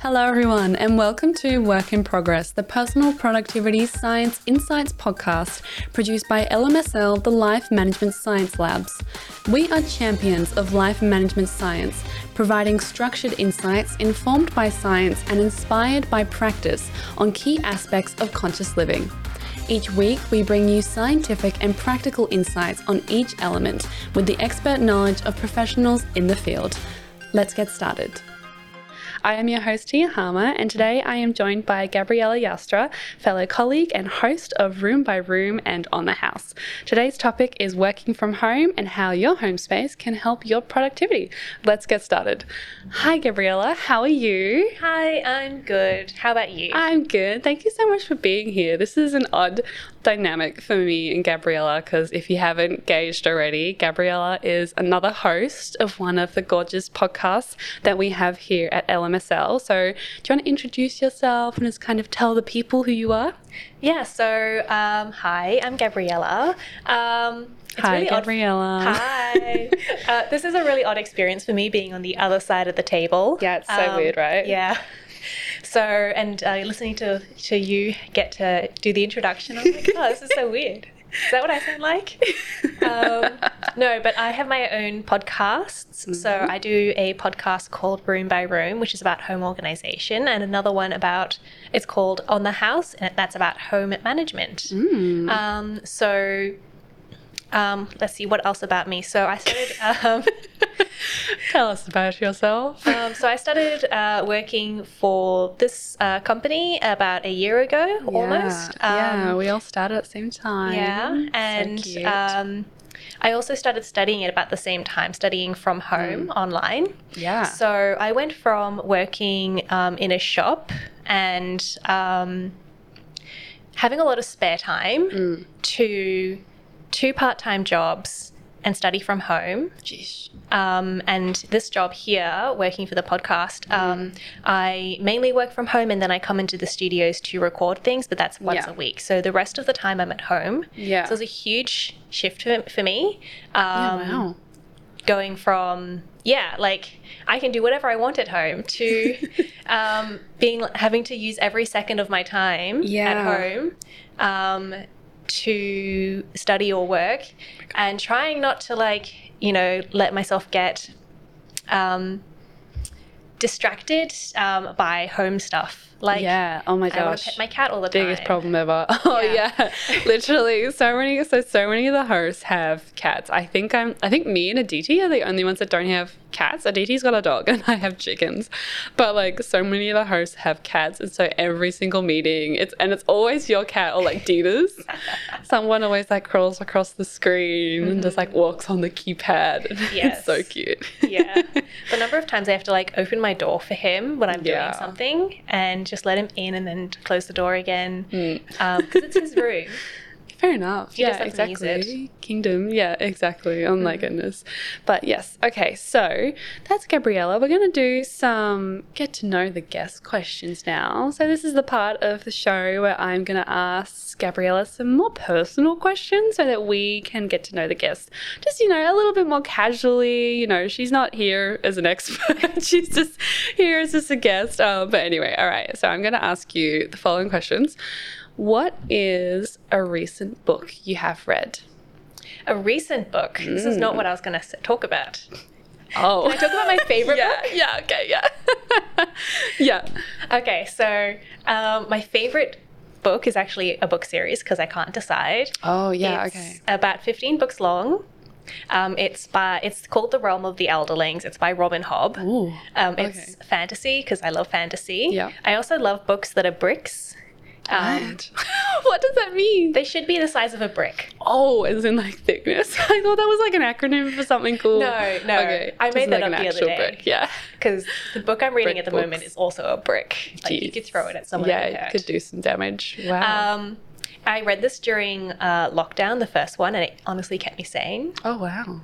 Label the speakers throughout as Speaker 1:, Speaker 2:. Speaker 1: Hello, everyone, and welcome to Work in Progress, the Personal Productivity Science Insights podcast produced by LMSL, the Life Management Science Labs. We are champions of life management science, providing structured insights informed by science and inspired by practice on key aspects of conscious living. Each week, we bring you scientific and practical insights on each element with the expert knowledge of professionals in the field. Let's get started. I am your host, Tia Harmer, and today I am joined by Gabriella Yastra, fellow colleague and host of Room by Room and On the House. Today's topic is working from home and how your home space can help your productivity. Let's get started. Hi, Gabriella, how are you?
Speaker 2: Hi, I'm good. How about you?
Speaker 1: I'm good. Thank you so much for being here. This is an odd dynamic for me and Gabriella because if you haven't gauged already, Gabriella is another host of one of the gorgeous podcasts that we have here at LMSL. So, do you want to introduce yourself and just kind of tell the people who you are?
Speaker 2: yeah, so um, hi, I'm Gabriella. Um, it's
Speaker 1: Hi,
Speaker 2: really odd-
Speaker 1: Gabriella.
Speaker 2: Hi. uh, this is a really odd experience for me being on the other side of the table. Um,
Speaker 1: Yeah, it's so weird, right?
Speaker 2: Yeah. So, and uh, listening to, to you get to do the introduction, I'm like, oh, this is so weird. Is that what I sound like? um, no, but I have my own podcasts. So
Speaker 1: Mm-hmm.
Speaker 2: I do a podcast called Room by Room, which is about home organization, and another one about it's called On the House, and that's about home management.
Speaker 1: Mm-hmm. Hmm.
Speaker 2: Um, so um, let's see what else about me. So I started. Um,
Speaker 1: Tell us about yourself.
Speaker 2: Um, so I started uh, working for this uh, company about a year ago, almost. Um,
Speaker 1: Yeah, Um, yeah, uh, we all started at the same time.
Speaker 2: yeah,
Speaker 1: So
Speaker 2: and
Speaker 1: cute.
Speaker 2: um, I also started studying at about the same time, studying from home
Speaker 1: Mm.
Speaker 2: online.
Speaker 1: yeah.
Speaker 2: So I went from working um, in a shop and um, having a lot of spare time
Speaker 1: Mm.
Speaker 2: to two part-time jobs and study from home
Speaker 1: Jeez.
Speaker 2: um, and this job here, working for the podcast,
Speaker 1: Mm.
Speaker 2: um, I mainly work from home and then I come into the studios to record things, but that's once
Speaker 1: Yeah.
Speaker 2: a week. So the rest of the time I'm at home.
Speaker 1: Yeah.
Speaker 2: So it was a huge shift for, for me. Um,
Speaker 1: wow.
Speaker 2: Going from, yeah, like I can do whatever I want at home to um, being having to use every second of my time
Speaker 1: Yeah.
Speaker 2: at home. Um, to study or work and trying not to like you know let myself get um, distracted um, by home stuff like
Speaker 1: yeah. Oh my
Speaker 2: i want to
Speaker 1: gosh.
Speaker 2: pet my cat all the time
Speaker 1: biggest problem ever. Oh yeah.
Speaker 2: Yeah.
Speaker 1: Literally so many so so many of the hosts have cats. I think I'm I think me and Aditi are the only ones that don't have cats. Aditi's got a dog and I have chickens. But like so many of the hosts have cats and so every single meeting it's and it's always your cat or like Dita's. Someone always like crawls across the screen and just like walks on the keypad.
Speaker 2: Mm-hmm. Yes.
Speaker 1: it's so cute.
Speaker 2: yeah the number of times i have to like open my door for him when i'm
Speaker 1: Yeah.
Speaker 2: doing something and just let him in and then close the door again because it's his room
Speaker 1: Fair enough.
Speaker 2: You just have to use it. Mm.
Speaker 1: Kingdom. Yeah, exactly. Oh my goodness. But yes. Okay. So that's Gabriella. We're going to do some get to know the guest questions now. So this is the part of the show where I'm going to ask Gabriella some more personal questions so that we can get to know the guest. Just, you know, a little bit more casually. You know, she's not here as an expert. she's just here as just a guest. Um, but anyway, all right. So I'm going to ask you the following questions. What is a recent book you have read?
Speaker 2: a recent book this is not what i was going to talk about
Speaker 1: Oh,
Speaker 2: Can I talk about my favorite
Speaker 1: yeah,
Speaker 2: book?
Speaker 1: Yeah, okay, yeah, yeah.
Speaker 2: Okay, so um, my favorite book is actually a book series because I can't decide.
Speaker 1: Oh, yeah,
Speaker 2: it's about 15 books long. Um, it's by it's called The Realm of the Elderlings. It's by Robin Hobb.
Speaker 1: Ooh,
Speaker 2: Um, it's
Speaker 1: okay.
Speaker 2: fantasy because I love fantasy.
Speaker 1: Yeah.
Speaker 2: I also love books that are bricks. Um,
Speaker 1: what? what does that mean?
Speaker 2: They should be the size of a brick.
Speaker 1: oh, as in like thickness. I thought that was like an acronym for something cool.
Speaker 2: No, no, I
Speaker 1: just
Speaker 2: made that
Speaker 1: like
Speaker 2: up
Speaker 1: an
Speaker 2: the other
Speaker 1: actual
Speaker 2: day.
Speaker 1: Book. Yeah,
Speaker 2: Because the book I'm reading
Speaker 1: Brick
Speaker 2: at the moment
Speaker 1: books.
Speaker 2: is also a brick. Like you
Speaker 1: Jeez.
Speaker 2: could throw it at someone.
Speaker 1: Yeah,
Speaker 2: and it
Speaker 1: it
Speaker 2: would
Speaker 1: could
Speaker 2: hurt.
Speaker 1: do some damage. Wow.
Speaker 2: Um, I read this during uh, lockdown, the first one, and it honestly kept me sane.
Speaker 1: Oh, wow.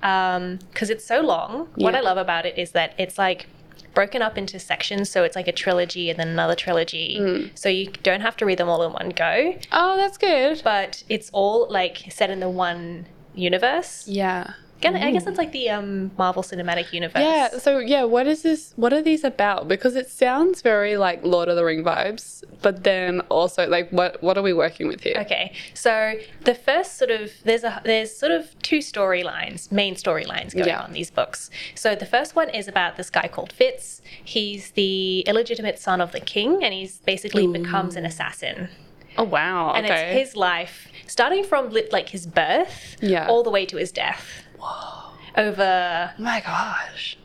Speaker 2: because Um, it's so long. What
Speaker 1: Yeah.
Speaker 2: I love about it is that it's like broken up into sections, so it's like a trilogy and then another trilogy.
Speaker 1: Mm.
Speaker 2: So you don't have to read them all in one go,
Speaker 1: Oh, that's good.
Speaker 2: but it's all like set in the one universe.
Speaker 1: Yeah.
Speaker 2: Kinda- I guess it's like the um, Marvel Cinematic Universe.
Speaker 1: Yeah, so yeah, what is this? What are these about? Because it sounds very like Lord of the Ring vibes, but then also like what what are we working with here?
Speaker 2: Okay, so the first sort of there's a there's sort of two storylines, main storylines going
Speaker 1: Yeah.
Speaker 2: on in these books. So the first one is about this guy called Fitz. He's the illegitimate son of the king, and he's basically becomes an assassin.
Speaker 1: Oh wow,
Speaker 2: And
Speaker 1: okay.
Speaker 2: it's his life, starting from li- like his birth,
Speaker 1: Yeah.
Speaker 2: all the way to his death. Over
Speaker 1: oh my gosh.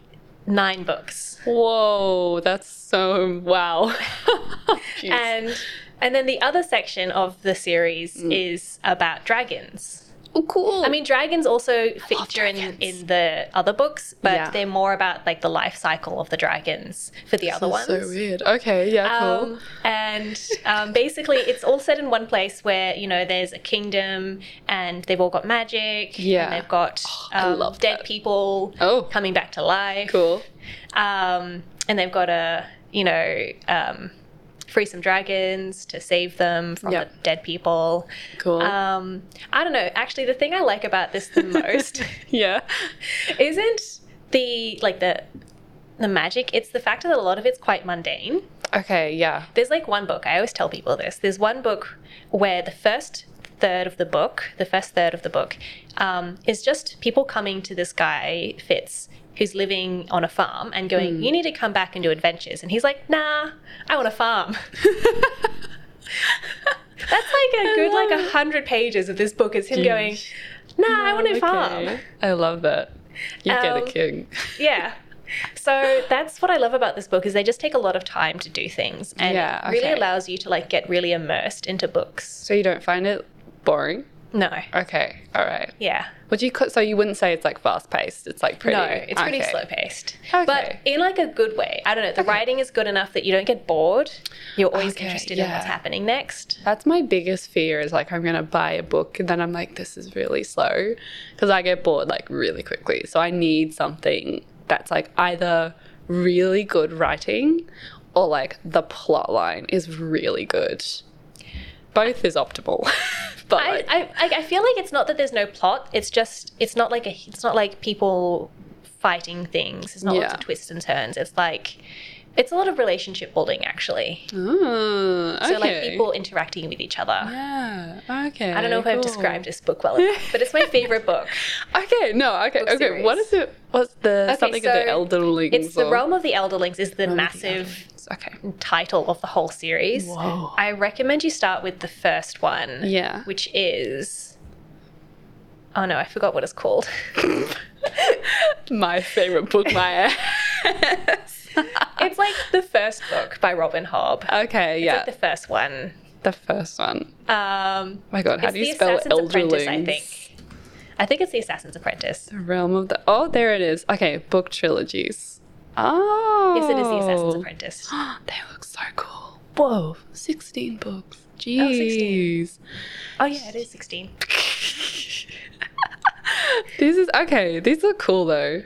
Speaker 2: nine books,
Speaker 1: Whoa, that's so wow. Jeez.
Speaker 2: and and then the other section of the series
Speaker 1: Mm.
Speaker 2: is about dragons.
Speaker 1: oh, cool.
Speaker 2: I mean, dragons also feature in,
Speaker 1: dragons.
Speaker 2: in the other books, but
Speaker 1: Yeah.
Speaker 2: they're more about like the life cycle of the dragons for the other ones.
Speaker 1: that's so weird. Okay, yeah, cool.
Speaker 2: Um, and um, basically, it's all set in one place where you know there's a kingdom, and they've all got magic.
Speaker 1: Yeah. Oh,
Speaker 2: and they've got
Speaker 1: I
Speaker 2: um,
Speaker 1: love
Speaker 2: dead
Speaker 1: that.
Speaker 2: people
Speaker 1: Oh.
Speaker 2: coming back to life.
Speaker 1: cool.
Speaker 2: Um, and they've got to you know um, free some dragons to save them from
Speaker 1: Yep.
Speaker 2: the dead people.
Speaker 1: Cool.
Speaker 2: Um, I don't know. Actually, the thing I like about this the most
Speaker 1: yeah.
Speaker 2: isn't the like the the magic. It's the fact that a lot of it's quite mundane.
Speaker 1: Okay, yeah.
Speaker 2: There's like one book. I always tell people this. There's one book where the first third of the book, the first third of the book, um, is just people coming to this guy Fitz. Who's living on a farm and going,
Speaker 1: Hmm.
Speaker 2: you need to come back and do adventures. And he's like, nah, I want a farm. That's like a good, like
Speaker 1: love
Speaker 2: a hundred pages of this book is him going,
Speaker 1: Jeez.
Speaker 2: nah, I want a
Speaker 1: Okay.
Speaker 2: farm.
Speaker 1: I love that. You get a
Speaker 2: Um,
Speaker 1: king.
Speaker 2: yeah so that's what i love about this book is they just take a lot of time to do things and
Speaker 1: Yeah,
Speaker 2: it really
Speaker 1: okay.
Speaker 2: allows you to like get really immersed into books
Speaker 1: So you don't find it boring?
Speaker 2: no
Speaker 1: Okay, all right.
Speaker 2: yeah
Speaker 1: Would you co- so you wouldn't say it's like fast paced? It's like pretty.
Speaker 2: no it's pretty
Speaker 1: okay.
Speaker 2: slow paced
Speaker 1: Okay.
Speaker 2: but in like a good way i don't know the
Speaker 1: Okay.
Speaker 2: writing is good enough that you don't get bored you're always
Speaker 1: Okay,
Speaker 2: interested in
Speaker 1: yeah.
Speaker 2: what's happening next
Speaker 1: That's my biggest fear is like I'm gonna buy a book and then I'm like this is really slow because I get bored like really quickly. So I need something that's like either really good writing or like the plot line is really good. Both is optimal, but
Speaker 2: I,
Speaker 1: like,
Speaker 2: I, I- I feel like it's not that there's no plot it's just it's not like a it's not like people fighting things it's not lots
Speaker 1: Yeah.
Speaker 2: of twists and turns it's like it's a lot of relationship building actually
Speaker 1: Mm, okay.
Speaker 2: So like people interacting with each other.
Speaker 1: Yeah. Okay.
Speaker 2: I don't know if I've
Speaker 1: cool.
Speaker 2: described this book well enough, but it's my favorite book.
Speaker 1: Okay. No. Okay.
Speaker 2: book
Speaker 1: okay. What
Speaker 2: series.
Speaker 1: is it? What's the
Speaker 2: Okay,
Speaker 1: something of the
Speaker 2: so
Speaker 1: elderlings?
Speaker 2: It's The
Speaker 1: or-
Speaker 2: Realm of the Elderlings is the massive
Speaker 1: Okay.
Speaker 2: title of the whole series.
Speaker 1: Whoa.
Speaker 2: I recommend you start with the first one.
Speaker 1: Yeah.
Speaker 2: Which is Oh no, I forgot what it's called.
Speaker 1: My favorite book, my ass.
Speaker 2: it's like the first book by Robin Hobb.
Speaker 1: okay, yeah,
Speaker 2: It's like the first one.
Speaker 1: the, first one.
Speaker 2: Um
Speaker 1: Oh my god, how
Speaker 2: it's
Speaker 1: do you
Speaker 2: The
Speaker 1: spell
Speaker 2: Assassin's Apprentice,
Speaker 1: elderlings?
Speaker 2: I think. I think it's The Assassin's Apprentice.
Speaker 1: The realm of the oh, there it is. Okay, book trilogies. Oh,
Speaker 2: Yes, it is The Assassin's Apprentice.
Speaker 1: they look so cool. Whoa, sixteen books.
Speaker 2: Oh,
Speaker 1: Jeez,
Speaker 2: 16. Oh yeah, it is 16.
Speaker 1: these is okay. These look cool though.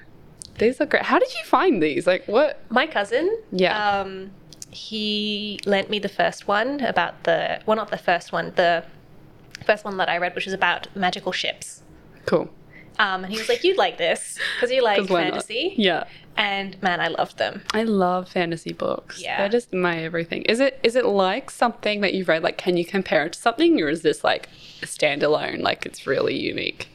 Speaker 1: These look great. How did you find these? Like what?
Speaker 2: My cousin.
Speaker 1: Yeah.
Speaker 2: Um, he lent me the first one about the well, not the first one, the first one that I read, which was about magical ships.
Speaker 1: Cool.
Speaker 2: Um, and he was like, "You'd like this because you like
Speaker 1: 'Cause why not?
Speaker 2: fantasy."
Speaker 1: Yeah.
Speaker 2: And man, I loved them.
Speaker 1: I love fantasy books.
Speaker 2: Yeah.
Speaker 1: They're just my everything. Is it is it like something that you've read? Like, can you compare it to something, or is this like a standalone? Like, it's really unique.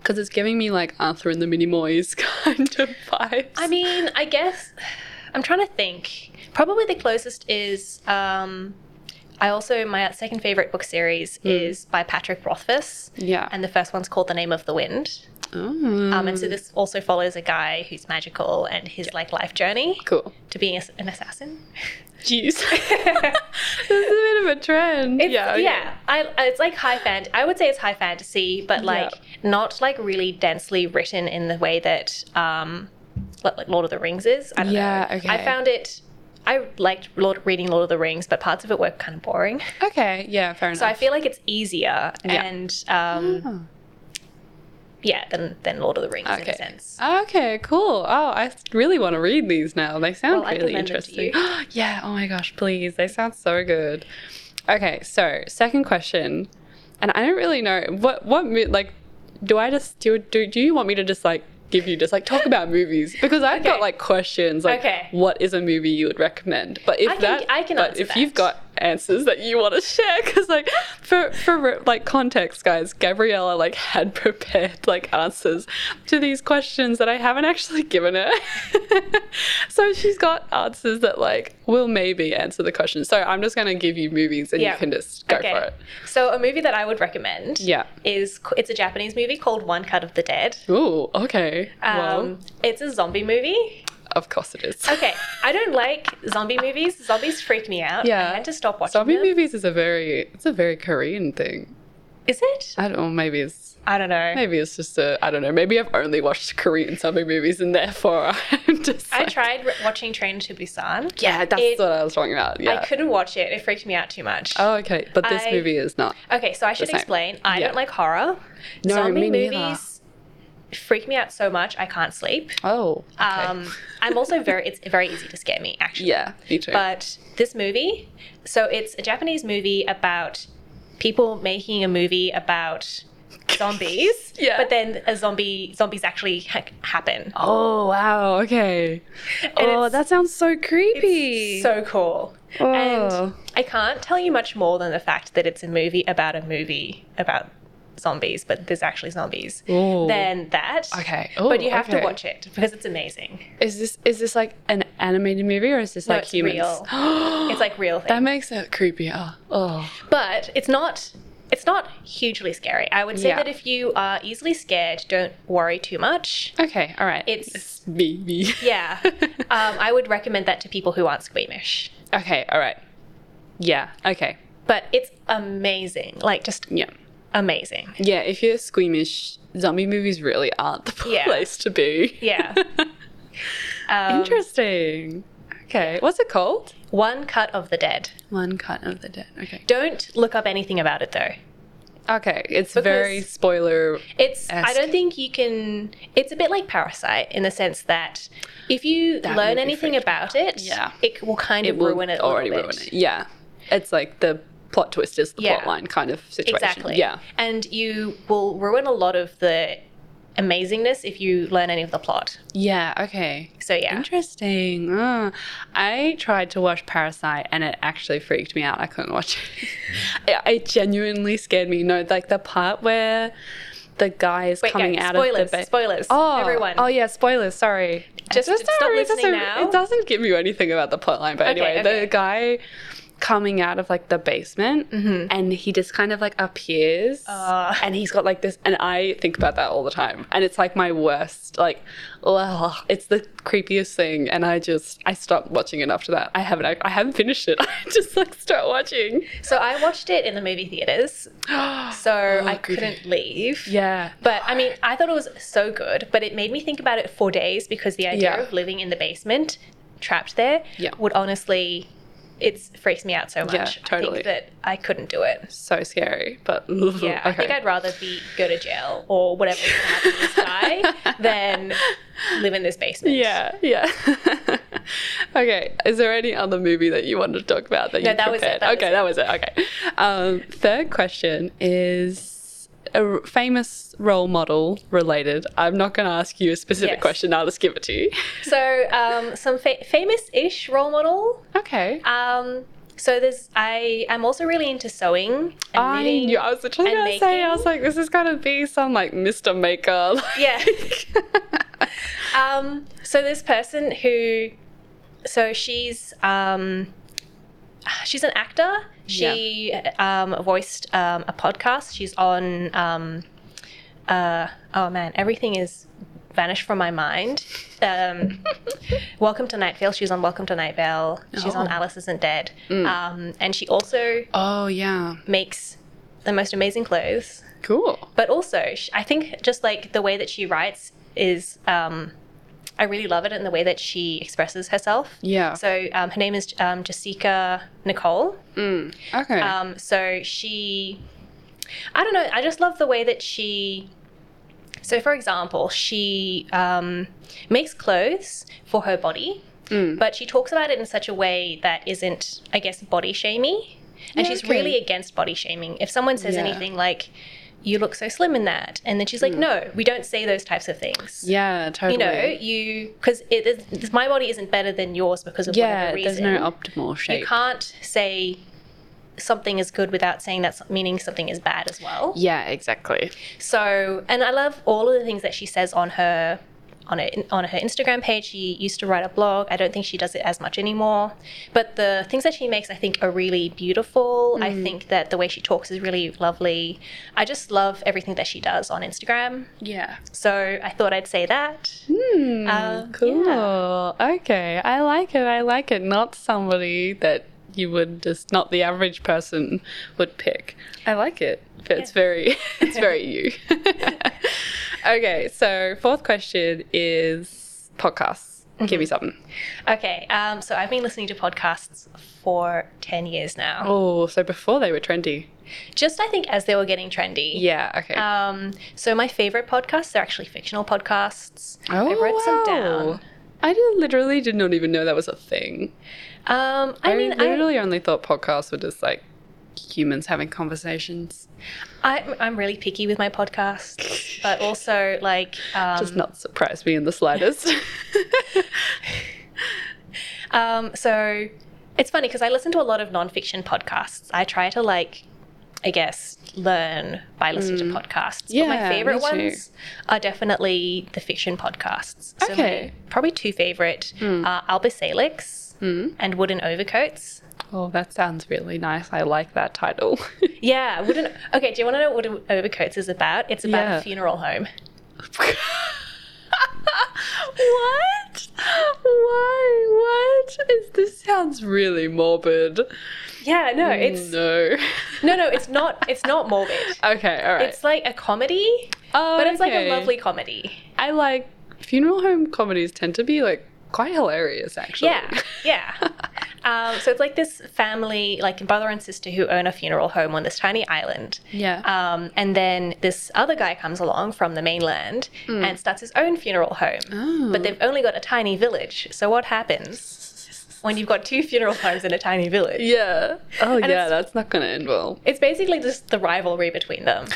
Speaker 1: Because it's giving me like Arthur and the Minimoys kind of vibes.
Speaker 2: I mean, I guess I'm trying to think. Probably the closest is. Um, I also my second favorite book series
Speaker 1: Hmm.
Speaker 2: is by Patrick Rothfuss,
Speaker 1: yeah.
Speaker 2: and the first one's called The Name of the Wind.
Speaker 1: Mm.
Speaker 2: Um, and so this also follows a guy who's magical and his like life journey
Speaker 1: cool.
Speaker 2: to being a, an assassin.
Speaker 1: Jeez, this is a bit of a trend.
Speaker 2: It's,
Speaker 1: yeah.
Speaker 2: yeah,
Speaker 1: okay.
Speaker 2: I, it's like high fan. I would say it's high fantasy, but like not like really densely written in the way that um, like like Lord of the Rings is. I don't
Speaker 1: Yeah,
Speaker 2: know.
Speaker 1: okay.
Speaker 2: I found it I liked Lord, reading Lord of the Rings, but parts of it were kind of boring.
Speaker 1: Okay, yeah, fair enough.
Speaker 2: So I feel like it's easier
Speaker 1: Yeah.
Speaker 2: and um,
Speaker 1: Oh.
Speaker 2: yeah, than, than Lord of the Rings in
Speaker 1: Okay.
Speaker 2: a sense.
Speaker 1: Okay, cool. Oh, I s- really want to read these now. They sound
Speaker 2: Well, I
Speaker 1: really
Speaker 2: recommend them to
Speaker 1: interesting. yeah, oh my gosh, please. They sound so good. Okay, so second question. And I don't really know what what mo- like do I just do do, do you want me to just like give you just like talk about movies because I've got
Speaker 2: Okay.
Speaker 1: like questions like
Speaker 2: Okay.
Speaker 1: what is a movie you would recommend but if
Speaker 2: I can-
Speaker 1: that
Speaker 2: I can
Speaker 1: but
Speaker 2: answer
Speaker 1: if you've
Speaker 2: that.
Speaker 1: got answers that you want to share because like for for like context guys gabriella like had prepared like answers to these questions that i haven't actually given her so she's got answers that like will maybe answer the question so i'm just going to give you movies and
Speaker 2: Yeah.
Speaker 1: you can just go for it
Speaker 2: So a movie that I would recommend
Speaker 1: Yeah.
Speaker 2: is it's a Japanese movie called One Cut of the Dead.
Speaker 1: Ooh, okay
Speaker 2: Um,
Speaker 1: well
Speaker 2: it's a zombie movie.
Speaker 1: of course it is
Speaker 2: Okay, I don't like zombie movies. Zombies freak me out.
Speaker 1: Yeah.
Speaker 2: I had to stop watching
Speaker 1: zombie
Speaker 2: them.
Speaker 1: movies is a very it's a very korean thing
Speaker 2: Is it?
Speaker 1: i don't know maybe it's
Speaker 2: I don't know.
Speaker 1: Maybe it's just a I don't know. Maybe I've only watched Korean zombie movies and therefore I'm just.
Speaker 2: I
Speaker 1: like-
Speaker 2: tried re- watching Train to Busan.
Speaker 1: Yeah, that's
Speaker 2: It-
Speaker 1: what I was talking about. Yeah.
Speaker 2: I couldn't watch it. It freaked me out too much.
Speaker 1: oh, okay. But this
Speaker 2: I-
Speaker 1: movie is not.
Speaker 2: Okay, so I should
Speaker 1: same.
Speaker 2: explain. I
Speaker 1: Yeah.
Speaker 2: don't like horror.
Speaker 1: No,
Speaker 2: Zombie
Speaker 1: me neither.
Speaker 2: movies freak me out so much I can't sleep.
Speaker 1: Oh. Okay.
Speaker 2: Um, I'm also very it's very easy to scare me actually.
Speaker 1: yeah, me too.
Speaker 2: But this movie, so it's a Japanese movie about people making a movie about zombies.
Speaker 1: Yeah.
Speaker 2: But then a zombie zombies actually ha- happen.
Speaker 1: oh wow. Okay. oh,
Speaker 2: it's-
Speaker 1: that sounds so creepy.
Speaker 2: So cool.
Speaker 1: Oh.
Speaker 2: And I can't tell you much more than the fact that it's a movie about a movie about zombies, but there's actually zombies.
Speaker 1: Ooh.
Speaker 2: Than that.
Speaker 1: Okay.
Speaker 2: but
Speaker 1: Ooh,
Speaker 2: you have
Speaker 1: okay.
Speaker 2: to watch it because it's amazing.
Speaker 1: is this is this like an animated movie or is this
Speaker 2: No,
Speaker 1: like
Speaker 2: it's
Speaker 1: humans?
Speaker 2: real. It's like real
Speaker 1: that
Speaker 2: thing.
Speaker 1: makes it creepier. Oh.
Speaker 2: but it's not it's not hugely scary. I would say
Speaker 1: Yeah.
Speaker 2: that if you are easily scared, don't worry too much.
Speaker 1: Okay. All right.
Speaker 2: It's-
Speaker 1: baby.
Speaker 2: Yeah. um, I would recommend that to people who aren't squeamish.
Speaker 1: okay. All right. Yeah. Okay.
Speaker 2: But it's amazing. Like just
Speaker 1: Yeah.
Speaker 2: amazing.
Speaker 1: Yeah, if you're squeamish, zombie movies really aren't the
Speaker 2: Yeah.
Speaker 1: place to be.
Speaker 2: Yeah. Um,
Speaker 1: Interesting. Okay. What's it called?
Speaker 2: One Cut of the Dead.
Speaker 1: One Cut of the Dead. Okay.
Speaker 2: Don't look up anything about it though.
Speaker 1: Okay. It's very
Speaker 2: Because-
Speaker 1: spoiler.
Speaker 2: It's I
Speaker 1: Esque.
Speaker 2: don't think you can it's a bit like Parasite in the sense that if you
Speaker 1: That
Speaker 2: learn
Speaker 1: movie
Speaker 2: anything
Speaker 1: freaked me
Speaker 2: about it,
Speaker 1: Yeah.
Speaker 2: it will kind of
Speaker 1: will
Speaker 2: ruin it a
Speaker 1: already
Speaker 2: little
Speaker 1: ruin
Speaker 2: bit.
Speaker 1: it. Yeah. It's like the plot twist is the
Speaker 2: Yeah.
Speaker 1: plot line kind of situation.
Speaker 2: Exactly.
Speaker 1: Yeah.
Speaker 2: And you will ruin a lot of the amazingness if you learn any of the plot.
Speaker 1: Yeah. Okay.
Speaker 2: So yeah.
Speaker 1: Interesting. Uh, I tried to watch Parasite and it actually freaked me out. I couldn't watch it. it, it genuinely scared me. No, like the part where the guy is
Speaker 2: Wait,
Speaker 1: coming
Speaker 2: guys,
Speaker 1: out
Speaker 2: spoilers,
Speaker 1: of the ba-
Speaker 2: spoilers.
Speaker 1: Oh,
Speaker 2: everyone.
Speaker 1: Oh yeah, spoilers. Sorry.
Speaker 2: Just-
Speaker 1: It
Speaker 2: stop
Speaker 1: it
Speaker 2: listening
Speaker 1: doesn't-
Speaker 2: now.
Speaker 1: It doesn't give you anything about the plotline. But
Speaker 2: Okay,
Speaker 1: anyway,
Speaker 2: okay.
Speaker 1: the guy coming out of like the basement,
Speaker 2: Mm-hmm.
Speaker 1: and he just kind of like appears,
Speaker 2: Ah.
Speaker 1: and he's got like this. And I think about that all the time, and it's like my worst. Like, ugh, it's the creepiest thing. And I just I stopped watching it after that. I haven't I, I haven't finished it. I just like stopped watching.
Speaker 2: So I watched it in the movie theaters. So I
Speaker 1: Oh, creepy.
Speaker 2: couldn't leave.
Speaker 1: Yeah.
Speaker 2: But I mean, I thought it was so good, but it made me think about it for days because the idea
Speaker 1: Yeah.
Speaker 2: of living in the basement, trapped there,
Speaker 1: Yeah.
Speaker 2: would honestly it freaks me out so much.
Speaker 1: Yeah,
Speaker 2: I
Speaker 1: totally.
Speaker 2: think that I couldn't do it.
Speaker 1: So scary, but
Speaker 2: Yeah, I think I'd rather be go to jail or whatever is gonna happen to this guy than live in this basement.
Speaker 1: Yeah, yeah. okay, is there any other movie that you want to talk about that
Speaker 2: No,
Speaker 1: you
Speaker 2: that was it,
Speaker 1: prepared?
Speaker 2: that was
Speaker 1: okay,
Speaker 2: it.
Speaker 1: that was it. Okay. Um, third question is a r- famous role model related. I'm not going to ask you a specific
Speaker 2: Yes.
Speaker 1: question. I'll just give it to you.
Speaker 2: So um, some fa- famous-ish role model.
Speaker 1: Okay.
Speaker 2: Um, so there's I am also really into sewing. And
Speaker 1: I
Speaker 2: knitting.
Speaker 1: knew. I was literally
Speaker 2: and
Speaker 1: going to say. I
Speaker 2: making.
Speaker 1: was like, this is going to be some like Mr. Maker. like-
Speaker 2: Yeah. Um, so this person who, so she's um, she's an actor. She um, voiced um, a podcast. She's on. Um, uh, oh man, everything is vanished from my mind. Um, Welcome to Night Vale. She's on Welcome to Night Vale. She's on
Speaker 1: Oh.
Speaker 2: Alice Isn't Dead. Um, and she also
Speaker 1: oh yeah.
Speaker 2: makes the most amazing clothes
Speaker 1: Cool.
Speaker 2: but also sh- i think just like the way that she writes is um I really love it in the way that she expresses herself.
Speaker 1: Yeah.
Speaker 2: So um, her name is um, Jessica Nicole.
Speaker 1: Mm. Okay.
Speaker 2: Um, so she, I don't know, I just love the way that she. So, for example, she um, makes clothes for her body,
Speaker 1: Mm.
Speaker 2: but she talks about it in such a way that isn't, I guess, body shamey. And
Speaker 1: Yeah,
Speaker 2: she's
Speaker 1: okay.
Speaker 2: really against body shaming. If someone says
Speaker 1: Yeah. Mm.
Speaker 2: anything like, you look so slim in that, and then she's like, no, we don't say those types of things.
Speaker 1: yeah, totally.
Speaker 2: You know, you, because it is, my body isn't better than yours because of
Speaker 1: yeah,
Speaker 2: whatever reason.
Speaker 1: there's no optimal shape.
Speaker 2: You can't say something is good without saying that's meaning something is bad as well.
Speaker 1: Yeah, exactly.
Speaker 2: So, and I love all of the things that she says on her on her on her Instagram page. She used to write a blog. I don't think she does it as much anymore. But the things that she makes, I think, are really beautiful. I think that the way she talks is really lovely. I just love everything that she does on Instagram.
Speaker 1: Yeah.
Speaker 2: So I thought I'd say that.
Speaker 1: Hmm,
Speaker 2: Um,
Speaker 1: cool.
Speaker 2: yeah.
Speaker 1: Okay, I like it. I like it. Not somebody that you would just not the average person would pick. I like it. It's very it's very you. okay, so fourth question is podcasts. Give me
Speaker 2: Mm-hmm.
Speaker 1: something.
Speaker 2: Okay, um, so I've been listening to podcasts for ten years now.
Speaker 1: Oh, so before they were trendy.
Speaker 2: just I think as they were getting trendy.
Speaker 1: Yeah, okay.
Speaker 2: Um, so my favorite podcasts are actually fictional podcasts. I
Speaker 1: Oh,
Speaker 2: wrote some
Speaker 1: wow.
Speaker 2: down.
Speaker 1: I did, literally did not even know that was a thing.
Speaker 2: Um, I,
Speaker 1: I,
Speaker 2: mean, I,
Speaker 1: literally only thought podcasts were just like humans having conversations.
Speaker 2: I, I'm really picky with my podcasts, but also like,
Speaker 1: Does
Speaker 2: um,
Speaker 1: not surprise me in the slightest.
Speaker 2: um, so it's funny because I listen to a lot of nonfiction podcasts. I try to like, I guess, learn by listening to podcasts. but
Speaker 1: Mm. Yeah,
Speaker 2: my
Speaker 1: me
Speaker 2: favorite
Speaker 1: too.
Speaker 2: ones are definitely the fiction podcasts. So my
Speaker 1: Okay. Hmm.
Speaker 2: probably two favorite are Albus Salix and Wooden Overcoats.
Speaker 1: oh, that sounds really nice. I like that title.
Speaker 2: Yeah, wooden. Okay, do you want to know what an overcoats is about? It's about
Speaker 1: Yeah.
Speaker 2: a funeral home.
Speaker 1: what? Why? What? Is, this sounds really morbid.
Speaker 2: Yeah, no,
Speaker 1: Mm.
Speaker 2: it's
Speaker 1: no.
Speaker 2: no, no, it's not. It's not morbid.
Speaker 1: Okay, all right.
Speaker 2: It's like a comedy,
Speaker 1: Oh,
Speaker 2: but it's like a
Speaker 1: okay.
Speaker 2: lovely comedy.
Speaker 1: I like funeral home comedies tend to be like quite hilarious actually.
Speaker 2: Yeah, yeah. Um, so it's like this family, like brother and sister, who own a funeral home on this tiny island.
Speaker 1: Yeah.
Speaker 2: Um, and then this other guy comes along from the mainland
Speaker 1: Hmm.
Speaker 2: and starts his own funeral home.
Speaker 1: Oh.
Speaker 2: But they've only got a tiny village. So what happens when you've got two funeral homes in a tiny village?
Speaker 1: yeah. Oh yeah,
Speaker 2: it's-
Speaker 1: that's not gonna end well.
Speaker 2: It's basically just the rivalry between them.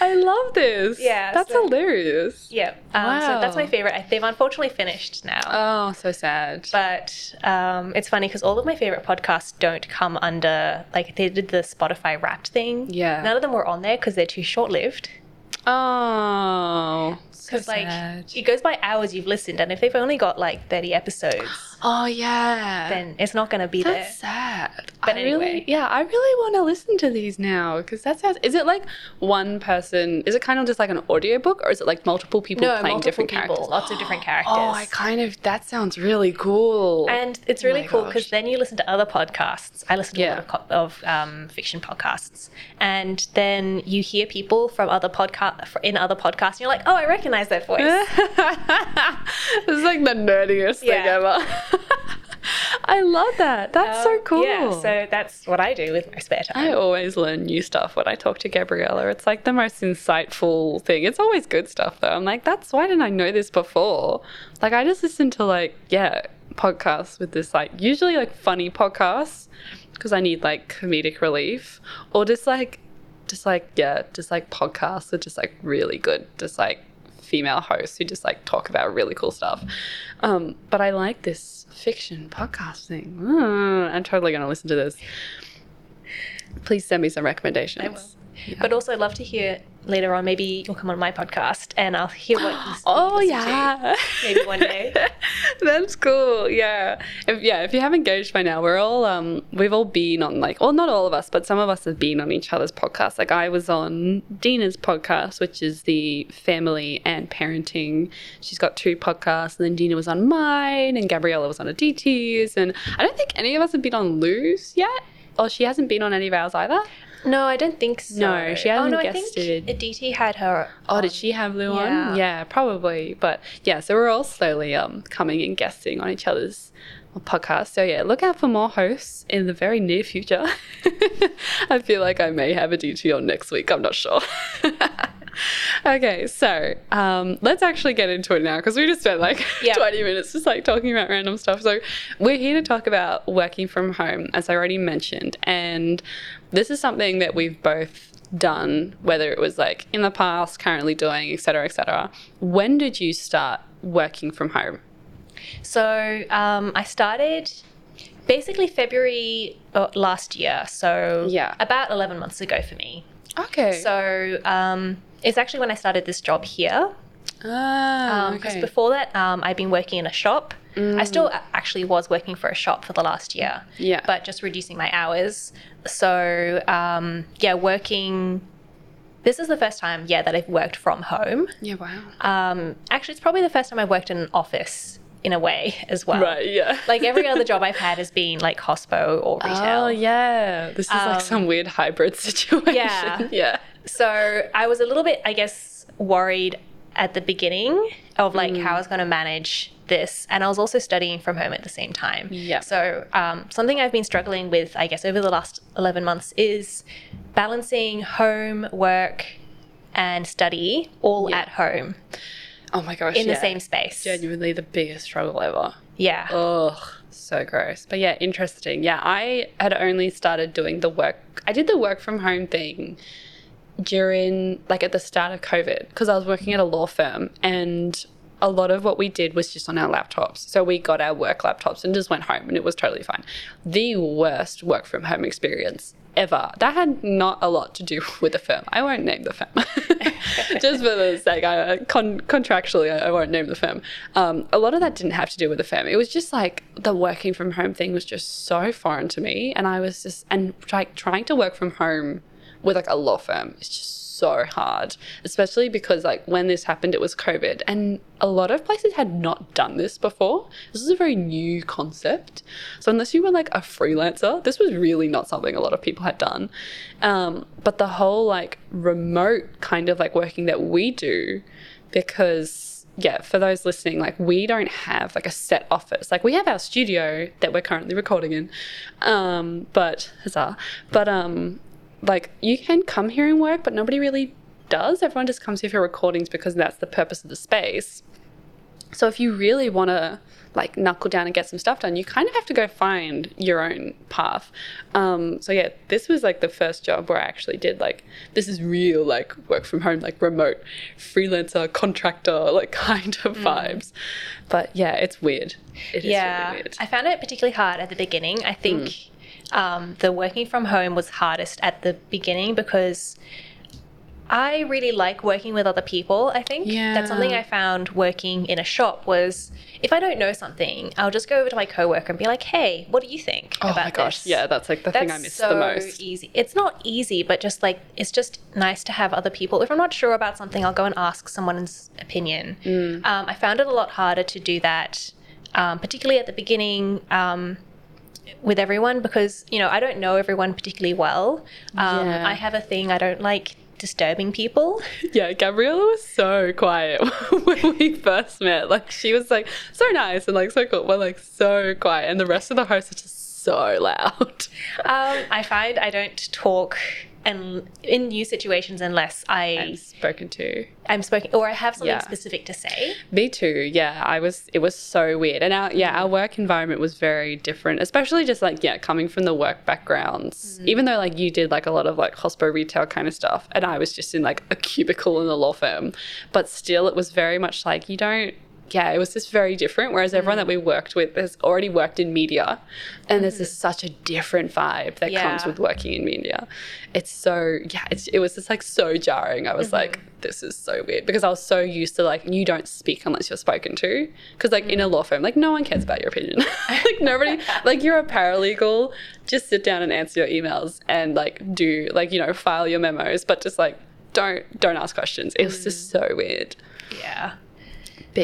Speaker 1: I love this.
Speaker 2: Yeah,
Speaker 1: That's
Speaker 2: so-
Speaker 1: hilarious.
Speaker 2: Yeah. Um, So that's
Speaker 1: Wow.
Speaker 2: my favorite. I- They've unfortunately finished now.
Speaker 1: Oh, so sad.
Speaker 2: but um, it's funny because all of my favorite podcasts don't come under, like, they did the Spotify wrapped thing.
Speaker 1: Yeah.
Speaker 2: None of them were on there because they're too short lived.
Speaker 1: oh, so
Speaker 2: Because, like,
Speaker 1: sad.
Speaker 2: it goes by hours you've listened. And if they've only got, like, 30 episodes,
Speaker 1: oh yeah.
Speaker 2: then it's not going to be
Speaker 1: that's sad.
Speaker 2: But
Speaker 1: I
Speaker 2: anyway.
Speaker 1: really, yeah, I really want to listen to these now because that sounds. Is it like one person? Is it kind of just like an audiobook, or is it like multiple people
Speaker 2: there. No,
Speaker 1: playing
Speaker 2: multiple
Speaker 1: different
Speaker 2: people,
Speaker 1: characters?
Speaker 2: lots of different characters.
Speaker 1: Oh, I kind of. That sounds really cool.
Speaker 2: And it's really
Speaker 1: Oh my
Speaker 2: cool because
Speaker 1: gosh.
Speaker 2: then you listen to other podcasts. I listen to
Speaker 1: Yeah.
Speaker 2: a lot of, co- of um, fiction podcasts, and then you hear people from other podcast in other podcasts. And you're like, oh, I recognize that voice.
Speaker 1: this is like the nerdiest thing
Speaker 2: Yeah.
Speaker 1: ever. I love that. That's so
Speaker 2: Um,
Speaker 1: cool.
Speaker 2: Yeah, so that's what I do with my spare time.
Speaker 1: I always learn new stuff when I talk to Gabriella. It's like the most insightful thing. It's always good stuff though. I'm like, that's why didn't I know this before? Like I just listen to like, yeah, podcasts with this like usually like funny podcasts because I need like comedic relief or just like just like yeah, just like podcasts are just like really good. Just like female hosts who just like talk about really cool stuff. Um, but I like this fiction podcast thing. Mm, I'm totally going to listen to this. Please send me some recommendations.
Speaker 2: I will. But also, I'd love to hear later on. Maybe you'll come on my podcast, and I'll hear what. you s-
Speaker 1: Oh
Speaker 2: listen to.
Speaker 1: yeah.
Speaker 2: Maybe one day.
Speaker 1: That's cool. Yeah. If, yeah. If you haven't engaged by now, we're all um we've all been on like well not all of us, but some of us have been on each other's podcasts. Like I was on Dina's podcast, which is the family and parenting. She's got two podcasts, and then Dina was on mine, and Gabriella was on Aditi's, and I don't think any of us have been on Lou's yet, or she hasn't been on any of ours either.
Speaker 2: No, I don't think so.
Speaker 1: No, she hasn't
Speaker 2: oh, no,
Speaker 1: guested.
Speaker 2: I think Aditi had her.
Speaker 1: Oh, did she have blue
Speaker 2: Um, yeah.
Speaker 1: on? Yeah, probably. But yeah, so we're all slowly um coming and guessing on each other's uh, podcast. So yeah, look out for more hosts in the very near future. I feel like I may have a DT on next week. I'm not sure. okay, so um, let's actually get into it now because we just spent like
Speaker 2: Yeah.
Speaker 1: 20 minutes just like talking about random stuff. So we're here to talk about working from home, as I already mentioned, and this is something that we've both done, whether it was like in the past, currently doing, etc., etc. When did you start working from home?
Speaker 2: So um, I started basically February uh, last year. So
Speaker 1: Yeah.
Speaker 2: about 11 months ago for me.
Speaker 1: Okay.
Speaker 2: So um, it's actually when I started this job here.
Speaker 1: Ah,
Speaker 2: Because
Speaker 1: okay. Mm.
Speaker 2: before that, um, I'd been working in a shop. I still a- actually was working for a shop for the last year,
Speaker 1: Yeah.
Speaker 2: but just reducing my hours. So, um, yeah, working. This is the first time, yeah, that I've worked from home.
Speaker 1: yeah, wow.
Speaker 2: Um, actually, it's probably the first time I've worked in an office in a way as well.
Speaker 1: right, yeah.
Speaker 2: Like every other job I've had has been like hospo or retail.
Speaker 1: Oh yeah, this is
Speaker 2: Um,
Speaker 1: like some weird hybrid situation.
Speaker 2: Yeah.
Speaker 1: yeah.
Speaker 2: So I was a little bit, I guess, worried at the beginning of like
Speaker 1: Mm.
Speaker 2: how I was going to manage this, and I was also studying from home at the same time.
Speaker 1: Yeah.
Speaker 2: So um, something I've been struggling with, I guess, over the last eleven months is balancing home work and study all
Speaker 1: Yeah.
Speaker 2: at home
Speaker 1: Oh my gosh,
Speaker 2: in the
Speaker 1: yeah.
Speaker 2: same space.
Speaker 1: Genuinely the biggest struggle ever.
Speaker 2: Yeah.
Speaker 1: Ugh, so gross. But yeah, interesting. Yeah, I had only started doing the work. I did the work from home thing during, like, at the start of COVID, because I was working at a law firm and a lot of what we did was just on our laptops. So we got our work laptops and just went home and it was totally fine. The worst work from home experience ever. That had not a lot to do with the firm. I won't name the firm. Just for the sake, I, con- contractually, I, I won't name the firm. Um, a lot of that didn't have to do with the firm. It was just like the working from home thing was just so foreign to me. And I was just, and like trying to work from home with like a law firm is just so hard, especially because like when this happened, it was COVID. And a lot of places had not done this before. This is a very new concept. So unless you were like a freelancer, this was really not something a lot of people had done. Um, but the whole like remote kind of like working that we do, because yeah, for those listening, like we don't have like a set office. Like we have our studio that we're currently recording in, um, but huzzah! But um, like you can come here and work, but nobody really does. Everyone just comes here for recordings because that's the purpose of the space. So if you really want to like knuckle down and get some stuff done, you kind of have to go find your own path. Um, so yeah, this was like the first job where I actually did like this is real like work from home, like remote freelancer contractor like kind of
Speaker 2: Mm.
Speaker 1: vibes. But yeah, it's weird. It is
Speaker 2: yeah.
Speaker 1: really weird.
Speaker 2: I found it particularly hard at the beginning. I think um, the working from home was hardest at the beginning because I really like working with other people. I think that's something
Speaker 1: Yeah.
Speaker 2: I found working in a shop was if I don't know something, I'll just go over to my coworker and be like, "Hey, what do you think
Speaker 1: oh
Speaker 2: about
Speaker 1: my gosh,
Speaker 2: this?"
Speaker 1: yeah, that's like the
Speaker 2: That's
Speaker 1: thing I miss
Speaker 2: so
Speaker 1: the most.
Speaker 2: easy. It's not easy, but just like it's just nice to have other people. If I'm not sure about something, I'll go and ask someone's opinion.
Speaker 1: Mm.
Speaker 2: Um, I found it a lot harder to do that, um, particularly at the beginning um, with everyone, because you know I don't know everyone particularly well. Um,
Speaker 1: Yeah.
Speaker 2: I have a thing I don't like disturbing people.
Speaker 1: Yeah, Gabriella was so quiet when we first met. Like she was like so nice and like so cool, but like so quiet. And the rest of the hosts are just so loud.
Speaker 2: um, I find I don't talk. And in new situations, unless
Speaker 1: I'm
Speaker 2: I
Speaker 1: spoken to.
Speaker 2: am spoken or I have something
Speaker 1: Yeah.
Speaker 2: specific to say,
Speaker 1: Me too. Yeah, I was. It was so weird. And our yeah, our work environment was very different, especially just like yeah, coming from the work backgrounds. Even though like you did like a lot of like hospo retail kind of stuff, and I was just in like a cubicle in the law firm, but still it was very much like you don't. Yeah, it was just very different. Whereas everyone that we worked with has already worked in media, and there's just such a different vibe that comes
Speaker 2: Yeah.
Speaker 1: with working in media. It's so yeah, it's, it was just like so jarring. I was like,
Speaker 2: Mm-hmm.
Speaker 1: this is so weird because I was so used to like you don't speak unless you're spoken to. Because like in a law firm, like no one cares about your opinion. like nobody, like you're a paralegal, just sit down and answer your emails and like do like you know file your memos, but just like don't don't ask questions. It was just so
Speaker 2: Mm-hmm.
Speaker 1: weird.
Speaker 2: yeah. Uh,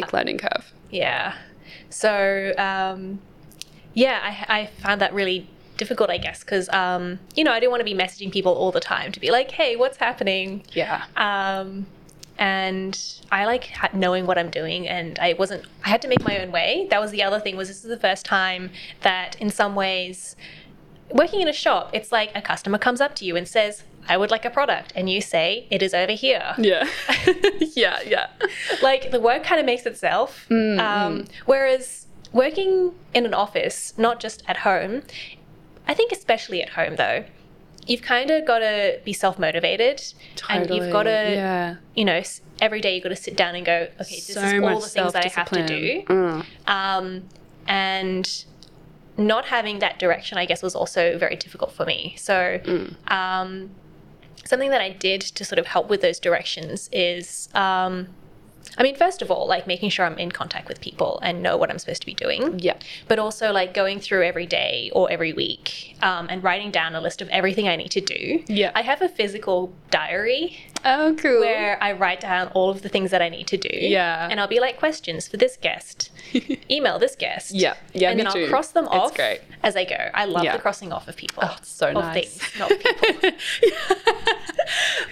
Speaker 1: Big learning curve.
Speaker 2: Yeah. So, um, yeah, I, I found that really difficult, I guess, because um, you know I didn't want to be messaging people all the time to be like, "Hey, what's happening?"
Speaker 1: Yeah.
Speaker 2: Um, and I like ha- knowing what I'm doing, and I wasn't. I had to make my own way. That was the other thing. Was this is the first time that, in some ways, working in a shop, it's like a customer comes up to you and says, "I would like a product," and you say, "It is over here."
Speaker 1: Yeah. yeah, yeah.
Speaker 2: like the work kind of makes itself.
Speaker 1: Mm,
Speaker 2: Um, whereas working in an office, not just at home, I think especially at home though, you've kind of got to be self motivated, and you've got to,
Speaker 1: Yeah.
Speaker 2: you know, s- every day you've got to sit down and go, okay, this is all the things that I have to do
Speaker 1: self-discipline. Mm.
Speaker 2: um, and not having that direction i guess was also very difficult for me so
Speaker 1: Mm.
Speaker 2: um, something that i did to sort of help with those directions is um, i mean first of all like making sure i'm in contact with people and know what i'm supposed to be doing
Speaker 1: Yeah.
Speaker 2: but also like going through every day or every week um, and writing down a list of everything i need to do
Speaker 1: Yeah.
Speaker 2: i have a physical diary
Speaker 1: Oh, cool.
Speaker 2: where I write down all of the things that I need to do.
Speaker 1: Yeah.
Speaker 2: And I'll be like, questions for this guest,
Speaker 1: Oh,
Speaker 2: email this guest.
Speaker 1: Yeah. Yeah,
Speaker 2: And
Speaker 1: me
Speaker 2: then I'll
Speaker 1: too.
Speaker 2: cross them
Speaker 1: It's
Speaker 2: off
Speaker 1: great.
Speaker 2: as I go. I love
Speaker 1: Yeah.
Speaker 2: the crossing off of people.
Speaker 1: Oh, it's so
Speaker 2: of
Speaker 1: nice.
Speaker 2: things, not people.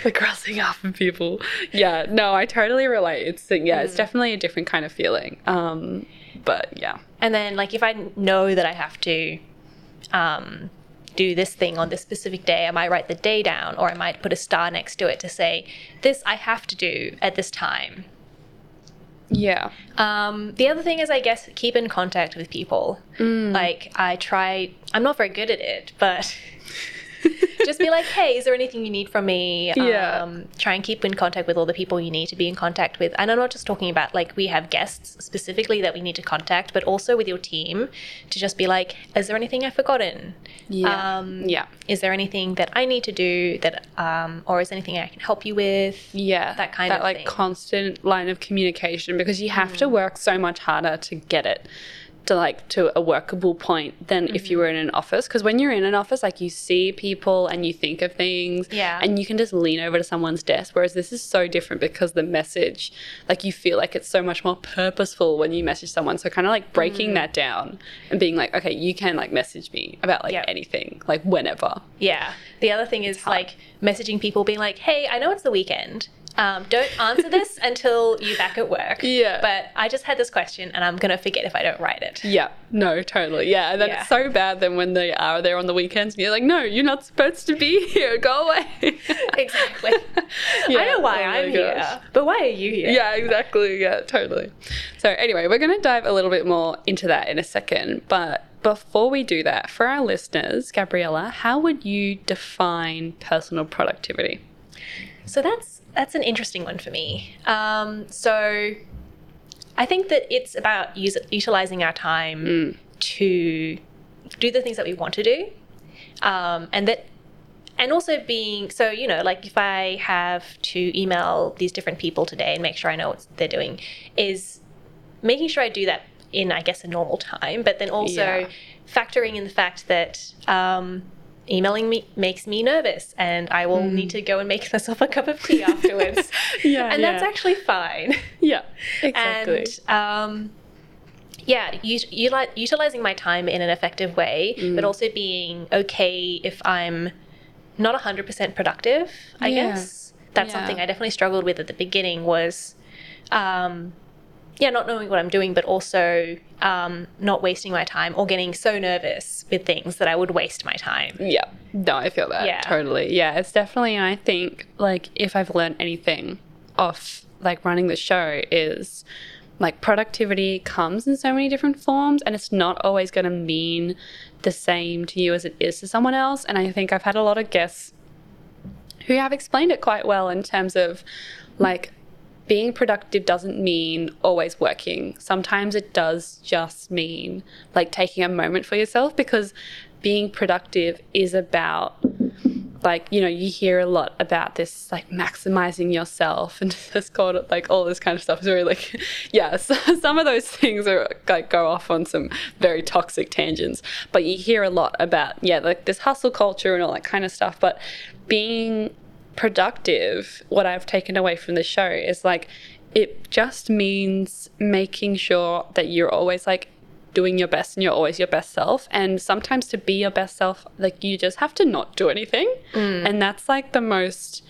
Speaker 1: the crossing off of people. Yeah, no, I totally relate. It's yeah, it's definitely a different kind of feeling. Um, but yeah,
Speaker 2: and then, like, if I know that I have to um, do this thing on this specific day, I might write the day down or I might put a star next to it to say, this I have to do at this time.
Speaker 1: yeah,
Speaker 2: Um, the other thing is, I guess, keep in contact with people.
Speaker 1: Mm.
Speaker 2: Like, I try, I'm not very good at it, but just be like, hey, is there anything you need from me?
Speaker 1: Yeah.
Speaker 2: Um, try and keep in contact with all the people you need to be in contact with. And I'm not just talking about like we have guests specifically that we need to contact, but also with your team to just be like, is there anything I've forgotten?
Speaker 1: yeah,
Speaker 2: Um,
Speaker 1: yeah,
Speaker 2: Is there anything that I need to do that, um, or is there anything I can help you with?
Speaker 1: yeah.
Speaker 2: that kind
Speaker 1: that
Speaker 2: of
Speaker 1: like
Speaker 2: thing. Mm.
Speaker 1: constant line of communication because you have to work so much harder to get it to like to a workable point than if
Speaker 2: Mm-hmm.
Speaker 1: you were in an office because when you're in an office like you see people and you think of things
Speaker 2: Yeah.
Speaker 1: and you can just lean over to someone's desk whereas this is so different because the message like you feel like it's so much more purposeful when you message someone so kind of like breaking
Speaker 2: Mm.
Speaker 1: that down and being like okay you can like message me about like
Speaker 2: Yep.
Speaker 1: anything like whenever
Speaker 2: Yeah. The other thing is like messaging people being like, hey, I know it's the weekend. Um, don't answer this until you're back at work.
Speaker 1: Yeah.
Speaker 2: But I just had this question and I'm going to forget if I don't write it.
Speaker 1: Yeah, no, totally. Yeah, and then
Speaker 2: Yeah.
Speaker 1: it's so bad then when they are there on the weekends and you're like, no, you're not supposed to be here, go away.
Speaker 2: Exactly. I
Speaker 1: Yeah.
Speaker 2: know why
Speaker 1: Oh my gosh.
Speaker 2: I'm here, but why are you here?
Speaker 1: yeah, exactly. Yeah, totally. So, anyway, we're going to dive a little bit more into that in a second. But before we do that, for our listeners, Gabriella, how would you define personal productivity?
Speaker 2: So that's that's an interesting one for me. Um, so I think that it's about use, utilizing our time
Speaker 1: Hmm.
Speaker 2: to do the things that we want to do, um, and that and also being so you know like if I have to email these different people today and make sure I know what they're doing is making sure I do that in I guess a normal time, but then also
Speaker 1: Yeah.
Speaker 2: factoring in the fact that. Um, emailing me makes me nervous and I will
Speaker 1: Hmm.
Speaker 2: need to go and make myself a cup of tea afterwards.
Speaker 1: Yeah,
Speaker 2: and that's
Speaker 1: yeah.
Speaker 2: actually fine.
Speaker 1: Yeah, exactly.
Speaker 2: And um, yeah, u- utili- utilizing my time in an effective way,
Speaker 1: Mm.
Speaker 2: but also being okay if I'm not 100% productive, I
Speaker 1: Yeah.
Speaker 2: guess. That's
Speaker 1: Yeah.
Speaker 2: something I definitely struggled with at the beginning was, um, yeah, not knowing what I'm doing, but also um, not wasting my time or getting so nervous with things that I would waste my time.
Speaker 1: Yeah. No, I feel that.
Speaker 2: Yeah.
Speaker 1: Totally. Yeah, it's definitely and I think like if I've learned anything off like running the show is like productivity comes in so many different forms and it's not always going to mean the same to you as it is to someone else and I think I've had a lot of guests who have explained it quite well in terms of like being productive doesn't mean always working. Sometimes it does just mean like taking a moment for yourself because being productive is about like you know you hear a lot about this like maximizing yourself and it's called like all this kind of stuff is very like yeah so, some of those things are like go off on some very toxic tangents but you hear a lot about yeah like this hustle culture and all that kind of stuff but being productive what i've taken away from the show is like it just means making sure that you're always like doing your best and you're always your best self. And sometimes to be your best self, like you just have to not do anything. And that's like the most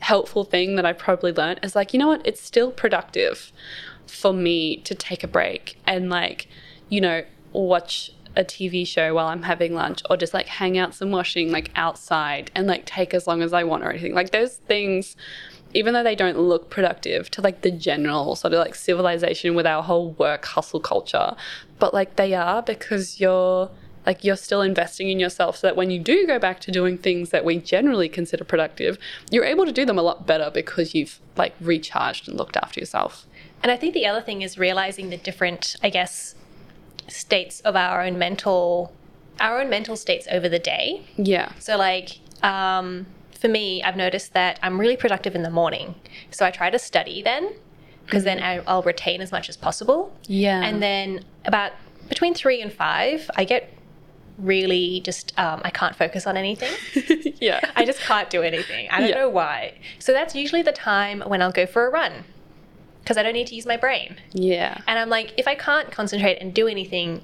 Speaker 1: helpful thing that I probably learned is like, you know what? It's still productive for me to take a break and like, you know, watch a TV show while I'm having lunch or just like hang out some washing like outside and like take as long as I want or anything. Like those things even though they don't look productive to like the general sort of like civilization with our whole work hustle culture, but like they are because you're like you're still investing in yourself so that when you do go back to doing things that we generally consider productive, you're able to do them a lot better because you've like recharged and looked after yourself.
Speaker 2: And I think the other thing is realizing the different, I guess, states of our own mental our own mental states over the day.
Speaker 1: Yeah.
Speaker 2: So like um for me, I've noticed that I'm really productive in the morning. So I try to study then because then I, I'll retain as much as possible.
Speaker 1: Mm-hmm. Yeah.
Speaker 2: And then about between 3 and 5, I get really just um, I can't focus on anything.
Speaker 1: yeah.
Speaker 2: I just can't do anything. I don't
Speaker 1: Yeah.
Speaker 2: know why. So that's usually the time when I'll go for a run because I don't need to use my brain.
Speaker 1: yeah.
Speaker 2: And I'm like, if I can't concentrate and do anything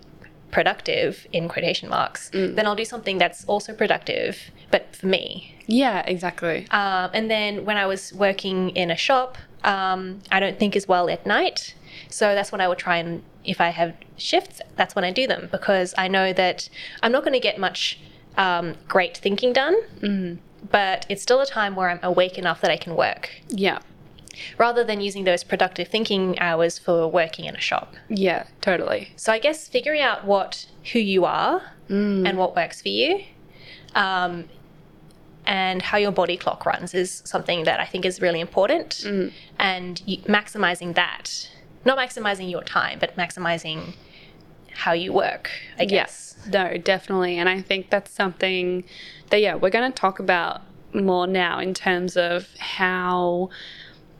Speaker 2: productive in quotation marks,
Speaker 1: Mm.
Speaker 2: then I'll do something that's also productive, but for me.
Speaker 1: Yeah, exactly.
Speaker 2: Um, and then when I was working in a shop, um, I don't think as well at night. So that's when I would try and, if I have shifts, that's when I do them because I know that I'm not going to get much um, great thinking done, but it's still a time where I'm awake enough that I can work
Speaker 1: Yeah.
Speaker 2: rather than using those productive thinking hours for working in a shop.
Speaker 1: Yeah, totally.
Speaker 2: So I guess figuring out what who you are and what works for you, um, and how your body clock runs is something that I think is really important. And you, maximizing that, not maximizing your time, but maximizing how you work. I guess.
Speaker 1: Yes. No, definitely. And I think that's something that, yeah, we're going to talk about more now in terms of how,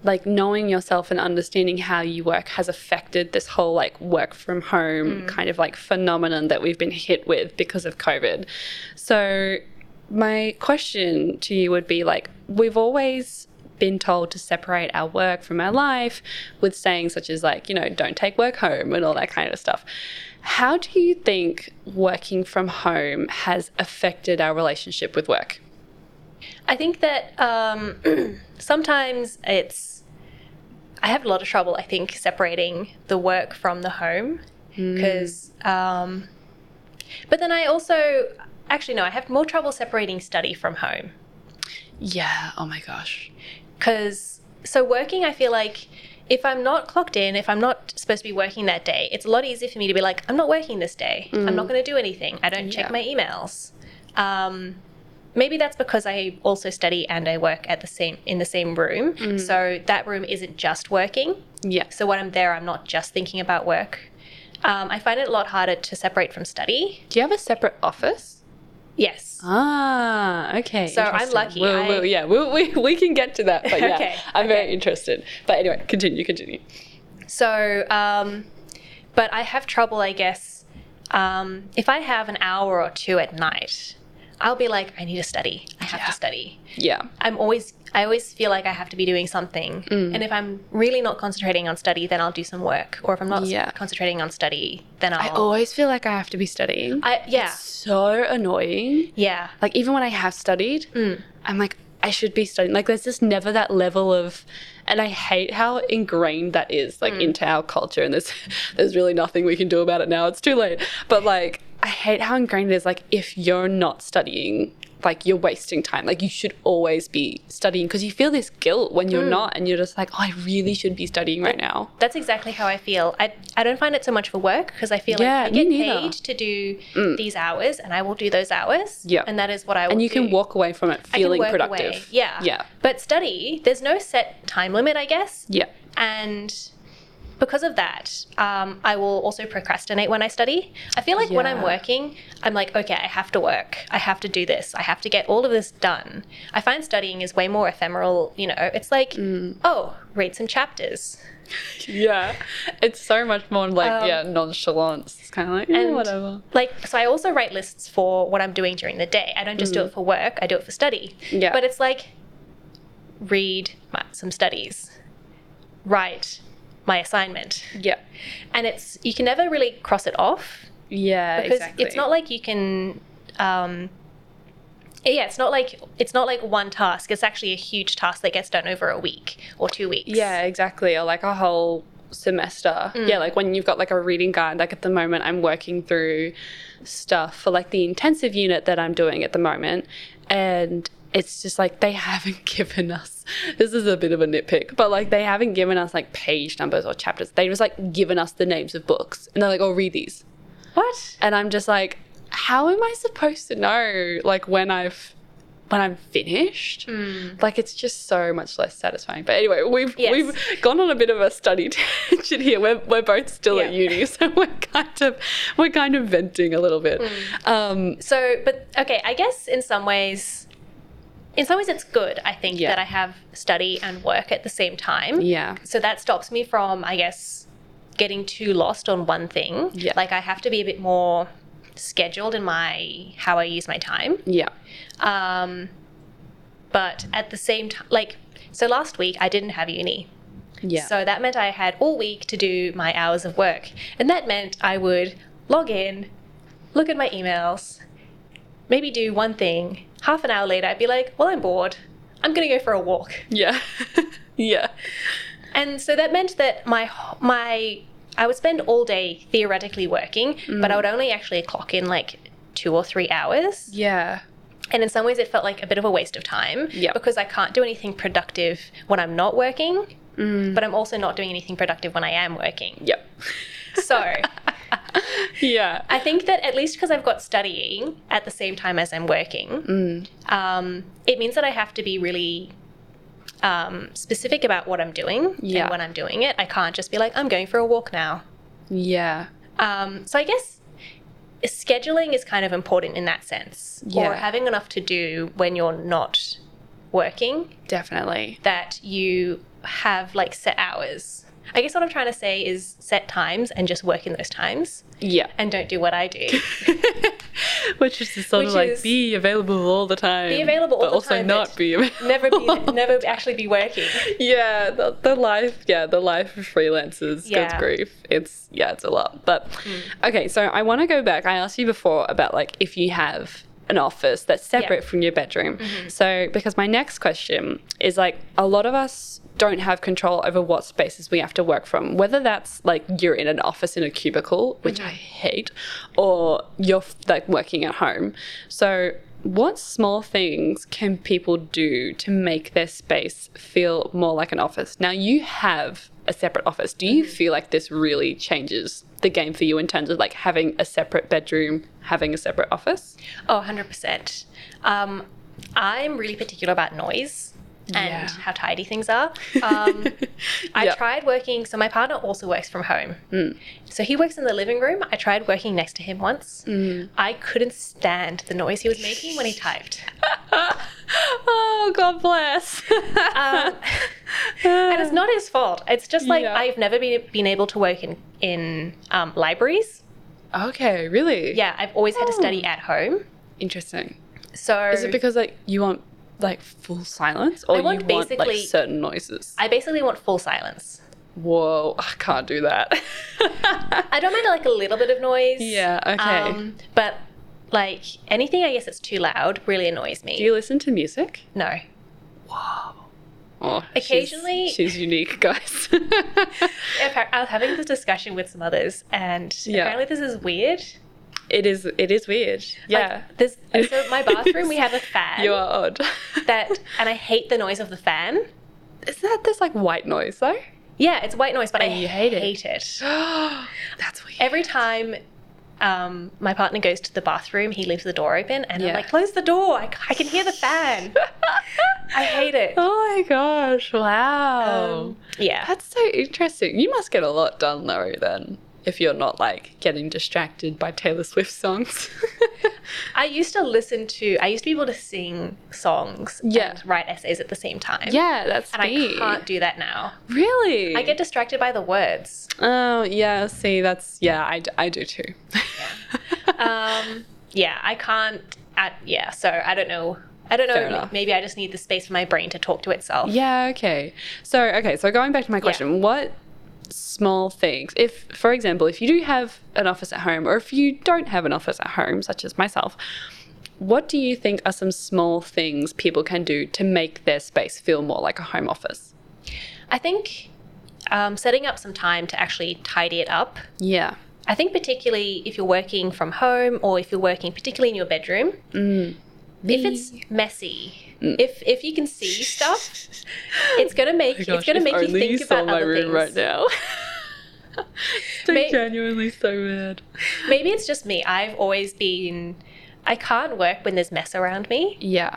Speaker 1: like, knowing yourself and understanding how you work has affected this whole, like, work from home
Speaker 2: Mm.
Speaker 1: kind of like phenomenon that we've been hit with because of COVID. So, my question to you would be like, we've always been told to separate our work from our life with sayings such as like you know don't take work home and all that kind of stuff how do you think working from home has affected our relationship with work
Speaker 2: I think that um, sometimes it's. I have a lot of trouble, I think, separating the work from the home. Because. Um, but then I also. Actually, no, I have more trouble separating study from home.
Speaker 1: yeah oh my gosh
Speaker 2: Because. So working, I feel like if I'm not clocked in, if I'm not supposed to be working that day, it's a lot easier for me to be like, I'm not working this day. I'm not going to do anything. I don't check
Speaker 1: Yeah.
Speaker 2: my emails. Um, maybe that's because I also study and I work at the same in the same room. So that room isn't just working.
Speaker 1: yes
Speaker 2: So when I'm there, I'm not just thinking about work. Um, I find it a lot harder to separate from study.
Speaker 1: do you have a separate office
Speaker 2: Yes.
Speaker 1: ah okay
Speaker 2: So I'm
Speaker 1: interesting.
Speaker 2: lucky,
Speaker 1: We'll-
Speaker 2: I-
Speaker 1: we'll- yeah we'll, we, we can get to that but yeah
Speaker 2: Okay,
Speaker 1: i'm very interested but anyway continue continue
Speaker 2: So, um, but I have trouble, I guess. Um, if I have an hour or two at night, I'll be like, I need to study. I have
Speaker 1: Yeah.
Speaker 2: to study.
Speaker 1: yeah
Speaker 2: I'm always, I always feel like I have to be doing something.
Speaker 1: Mm.
Speaker 2: And if I'm really not concentrating on study, then I'll do some work. Or if I'm not
Speaker 1: Yeah.
Speaker 2: concentrating on study, then
Speaker 1: i
Speaker 2: I'll.
Speaker 1: always feel like i have to be studying
Speaker 2: I, yeah,
Speaker 1: so annoying
Speaker 2: yeah,
Speaker 1: like even when I have studied,
Speaker 2: Mm.
Speaker 1: I'm like I should be studying. Like there's just never that level of, and I hate how ingrained that is like
Speaker 2: Mm.
Speaker 1: into our culture. And there's there's really nothing we can do about it now. It's too late. But like I hate how ingrained it is. Like if you're not studying. Like you're wasting time. Like you should always be studying because you feel this guilt when you're
Speaker 2: Mm.
Speaker 1: not, and you're just like, oh, I really should be studying right now.
Speaker 2: that's exactly how I feel. I, I don't find it so much for work because I feel
Speaker 1: Yeah,
Speaker 2: like I
Speaker 1: me
Speaker 2: get
Speaker 1: neither. Mm.
Speaker 2: paid to do these hours, and I will do those hours.
Speaker 1: Yeah.
Speaker 2: and that is what I will.
Speaker 1: And you
Speaker 2: do.
Speaker 1: can walk away from it
Speaker 2: I can
Speaker 1: feeling
Speaker 2: work
Speaker 1: productive.
Speaker 2: away. Yeah.
Speaker 1: Yeah.
Speaker 2: But study, there's no set time limit, I guess.
Speaker 1: Yeah.
Speaker 2: And because of that, um, I will also procrastinate when I study. I feel like when I'm
Speaker 1: Yeah.
Speaker 2: working, I'm like, okay, I have to work. I have to do this. I have to get all of this done. I find studying is way more ephemeral. You know, it's like,
Speaker 1: Mm.
Speaker 2: oh, read some chapters.
Speaker 1: Yeah. It's so much more like,
Speaker 2: Um,
Speaker 1: yeah, nonchalance. It's kind of like, "Eh,
Speaker 2: and-
Speaker 1: whatever.
Speaker 2: Like, so I also write lists for what I'm doing during the day. I don't just do it for work, I do it for study.
Speaker 1: Mm. Yeah.
Speaker 2: But it's like, read my, some studies, write my assignment.
Speaker 1: Yeah.
Speaker 2: And it's, you can never really cross it off.
Speaker 1: Yeah,
Speaker 2: because
Speaker 1: exactly.
Speaker 2: it's not like you can um yeah it's not like it's not like one task it's actually a huge task that gets done over a week or two weeks
Speaker 1: Yeah, exactly. Or like a whole semester.
Speaker 2: Mm.
Speaker 1: Yeah, like when you've got like a reading guide, like at the moment, I'm working through stuff for like the intensive unit that I'm doing at the moment. And it's just like they haven't given us this is a bit of a nitpick, but like they haven't given us like page numbers or chapters. They just like given us the names of books and they're like, oh, read these.
Speaker 2: what
Speaker 1: And I'm just like, how am I supposed to know like when I've when I'm finished? Like it's just so much less satisfying. But anyway, we've
Speaker 2: Hmm. Yes.
Speaker 1: we've gone on a bit of a study tangent here. We're we're both still at
Speaker 2: Yeah.
Speaker 1: uni, so we're kind of we're kind of venting a little bit.
Speaker 2: Hmm.
Speaker 1: Um,
Speaker 2: so but okay i guess in some ways in some ways it's good i think
Speaker 1: Yeah.
Speaker 2: that i have study and work at the same time
Speaker 1: yeah.
Speaker 2: so that stops me from i guess getting too lost on one thing
Speaker 1: Yeah.
Speaker 2: like i have to be a bit more scheduled in my how i use my time
Speaker 1: Yeah.
Speaker 2: Um, but at the same time, like, so last week I didn't have uni.
Speaker 1: Yeah.
Speaker 2: So that meant I had all week to do my hours of work. And that meant I would log in, look at my emails, maybe do one thing. Half an hour later, I'd be like, well, I'm bored. I'm going to go for a walk.
Speaker 1: yeah. yeah.
Speaker 2: And so that meant that my, h- my, I would spend all day theoretically working,
Speaker 1: Mm.
Speaker 2: but I would only actually clock in like two or three hours.
Speaker 1: Yeah.
Speaker 2: And in some ways, it felt like a bit of a waste of time
Speaker 1: Yeah.
Speaker 2: because I can't do anything productive when I'm not working,
Speaker 1: Mm.
Speaker 2: but I'm also not doing anything productive when I am working.
Speaker 1: Yep.
Speaker 2: So
Speaker 1: Yeah.
Speaker 2: I think that at least because I've got studying at the same time as I'm working,
Speaker 1: Mm.
Speaker 2: um, it means that I have to be really um, specific about what I'm doing
Speaker 1: Yeah.
Speaker 2: and when I'm doing it. I can't just be like, I'm going for a walk now.
Speaker 1: Yeah.
Speaker 2: Um, so I guess scheduling is kind of important in that sense, or
Speaker 1: Yeah.
Speaker 2: having enough to do when you're not working
Speaker 1: Definitely.
Speaker 2: that you have like set hours. I guess what I'm trying to say is set times and just work in those times
Speaker 1: Yeah.
Speaker 2: and don't do what I do.
Speaker 1: Which is just sort
Speaker 2: Which
Speaker 1: of like
Speaker 2: is-
Speaker 1: be available all the time. Be
Speaker 2: available all
Speaker 1: but
Speaker 2: the
Speaker 1: also
Speaker 2: time,
Speaker 1: not
Speaker 2: but
Speaker 1: be available.
Speaker 2: never be never actually be working.
Speaker 1: yeah, the, the life, yeah, the life of freelancers. Good
Speaker 2: Yeah.
Speaker 1: grief, it's yeah, it's a lot. But okay, so I want to go back. I asked you before about like if you have an office that's separate from your bedroom. So because my next question is like a lot of us don't have control over what spaces we have to work from, whether that's like you're in an office in a cubicle, which I hate, or you're f- like working at home. So what small things can people do to make their space feel more like an office? Now, you have a separate office. Do
Speaker 2: Mm-hmm.
Speaker 1: you feel like this really changes the game for you in terms of like having a separate bedroom, having a separate office?
Speaker 2: Oh, 100%. Um, I'm really particular about noise and
Speaker 1: Yeah.
Speaker 2: how tidy things are. Um, I
Speaker 1: Yeah. Mm.
Speaker 2: tried working, so my partner also works from home. So he works in the living room. I tried working next to him once.
Speaker 1: Mm.
Speaker 2: I couldn't stand the noise he was making when he typed.
Speaker 1: oh, God bless.
Speaker 2: Um, and it's not his fault. It's just like
Speaker 1: Yeah.
Speaker 2: I've never been, been able to work in, in um, libraries.
Speaker 1: okay, really?
Speaker 2: Yeah, I've always had to
Speaker 1: Oh.
Speaker 2: study at home.
Speaker 1: Interesting.
Speaker 2: So
Speaker 1: Is it because like you want like full silence or
Speaker 2: I want
Speaker 1: you want like
Speaker 2: basically-
Speaker 1: certain noises?
Speaker 2: I basically want full silence.
Speaker 1: Whoa, I can't do that.
Speaker 2: I don't mind like a little bit of noise.
Speaker 1: Yeah, okay.
Speaker 2: Um, but like anything, I guess it's too loud really annoys me.
Speaker 1: do you listen to music?
Speaker 2: no.
Speaker 1: Oh, she's-
Speaker 2: Occasionally-
Speaker 1: she's, unique, guys.
Speaker 2: Appa- I was having this discussion with some others, and
Speaker 1: Yeah.
Speaker 2: apparently this is weird.
Speaker 1: it is. It is weird. Yeah,
Speaker 2: Like, this. So my bathroom, we have a fan.
Speaker 1: you are odd.
Speaker 2: That and I hate the noise of the fan.
Speaker 1: is that this like white noise though.
Speaker 2: Yeah, it's white noise, but I
Speaker 1: And you hate it.
Speaker 2: hate it.
Speaker 1: That's weird.
Speaker 2: Every time um, my partner goes to the bathroom, he leaves the door open, and
Speaker 1: Yeah.
Speaker 2: I'm like, close the door. I, c- I can hear the fan. I hate it.
Speaker 1: oh my gosh! Wow.
Speaker 2: Um, yeah.
Speaker 1: That's so interesting. You must get a lot done though, then, if you're not like getting distracted by Taylor Swift songs.
Speaker 2: I used to listen to, I used to be able to sing songs
Speaker 1: Yeah.
Speaker 2: and write essays at the same time.
Speaker 1: yeah, that's
Speaker 2: And I
Speaker 1: me.
Speaker 2: can't do that now.
Speaker 1: Really?
Speaker 2: I get distracted by the words.
Speaker 1: Oh yeah. See, that's yeah. I, d- I do too.
Speaker 2: Um, yeah, I can't. I, yeah, so I don't know. I don't know.
Speaker 1: Fair enough.
Speaker 2: Maybe I just need the space for my brain to talk to itself.
Speaker 1: Yeah, okay. So, okay, so going back to my question, what small things. If, for example, if you do have an office at home, or if you don't have an office at home, such as myself, what do you think are some small things people can do to make their space feel more like a home office?
Speaker 2: I think um, setting up some time to actually tidy it up.
Speaker 1: Yeah.
Speaker 2: I think, particularly if you're working from home or if you're working, particularly in your bedroom, if it's messy, if if you can see stuff, it's gonna make it's gonna make you think about other things.
Speaker 1: right now.
Speaker 2: May-
Speaker 1: genuinely so mad.
Speaker 2: Maybe it's just me. I've always been. I can't work when there's mess around me.
Speaker 1: Yeah.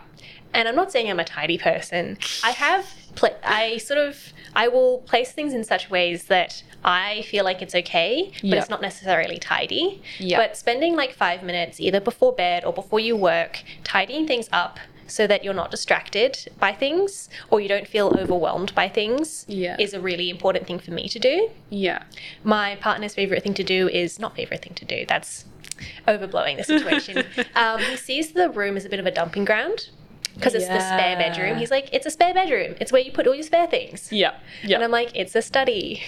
Speaker 2: and I'm not saying I'm a tidy person. I have, pla I sort of, I will place things in such ways that I feel like it's okay, but
Speaker 1: Yeah.
Speaker 2: it's not necessarily tidy.
Speaker 1: Yeah.
Speaker 2: But spending like five minutes either before bed or before you work, tidying things up so that you're not distracted by things or you don't feel overwhelmed by things
Speaker 1: Yeah.
Speaker 2: is a really important thing for me to do.
Speaker 1: Yeah.
Speaker 2: My partner's favorite thing to do is not favorite thing to do. That's overblowing the situation. um, he sees the room as a bit of a dumping ground because it's the spare
Speaker 1: Yeah.
Speaker 2: bedroom. He's like, it's a spare bedroom. It's where you put all your spare things.
Speaker 1: Yeah. Yeah.
Speaker 2: And I'm like, it's a study.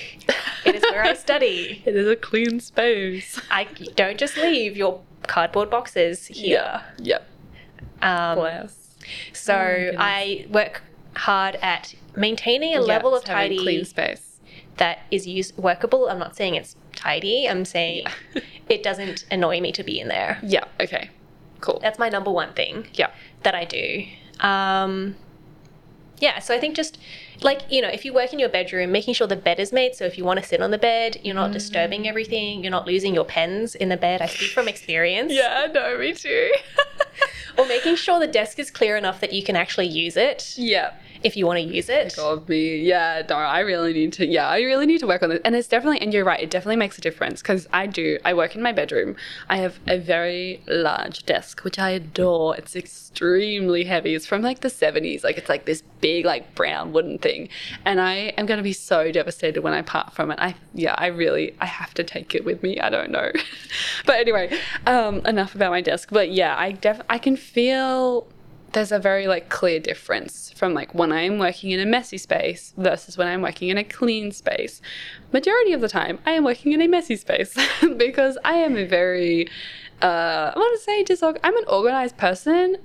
Speaker 2: It is where I study.
Speaker 1: It is a clean space.
Speaker 2: I don't just leave your cardboard boxes here.
Speaker 1: Yeah.
Speaker 2: Um,
Speaker 1: Bless.
Speaker 2: so
Speaker 1: Oh my goodness.
Speaker 2: I work hard at maintaining
Speaker 1: Yeah,
Speaker 2: a level of
Speaker 1: it's having
Speaker 2: tidy
Speaker 1: clean space.
Speaker 2: that is use- workable. I'm not saying it's tidy. I'm saying
Speaker 1: Yeah.
Speaker 2: it doesn't annoy me to be in there.
Speaker 1: Yeah. Okay. Cool.
Speaker 2: That's my number one thing
Speaker 1: Yeah.
Speaker 2: that I do. Um, yeah, so I think just like, you know, if you work in your bedroom, making sure the bed is made. So if you want to sit on the bed, you're not disturbing everything, you're not losing your pens in the bed. I speak from experience.
Speaker 1: Yeah. No, me too.
Speaker 2: Or making sure the desk is clear enough that you can actually use it
Speaker 1: yeah.
Speaker 2: if you want to use it.
Speaker 1: God, me. oh, Yeah, no, I really need to. Yeah, I really need to work on this. And it's definitely, and you're right, it definitely makes a difference because I do. I work in my bedroom. I have a very large desk, which I adore. It's extremely heavy. It's from like the 70s. Like, it's like this big, like brown wooden thing. And I am going to be so devastated when I part from it. I, yeah, I really, I have to take it with me. I don't know. but anyway, um, enough about my desk. But yeah, I def, I can feel there's a very like clear difference from like when I'm working in a messy space versus when I'm working in a clean space. Majority of the time, I am working in a messy space because I am a very uh, I want to say disorg- I'm an organized person,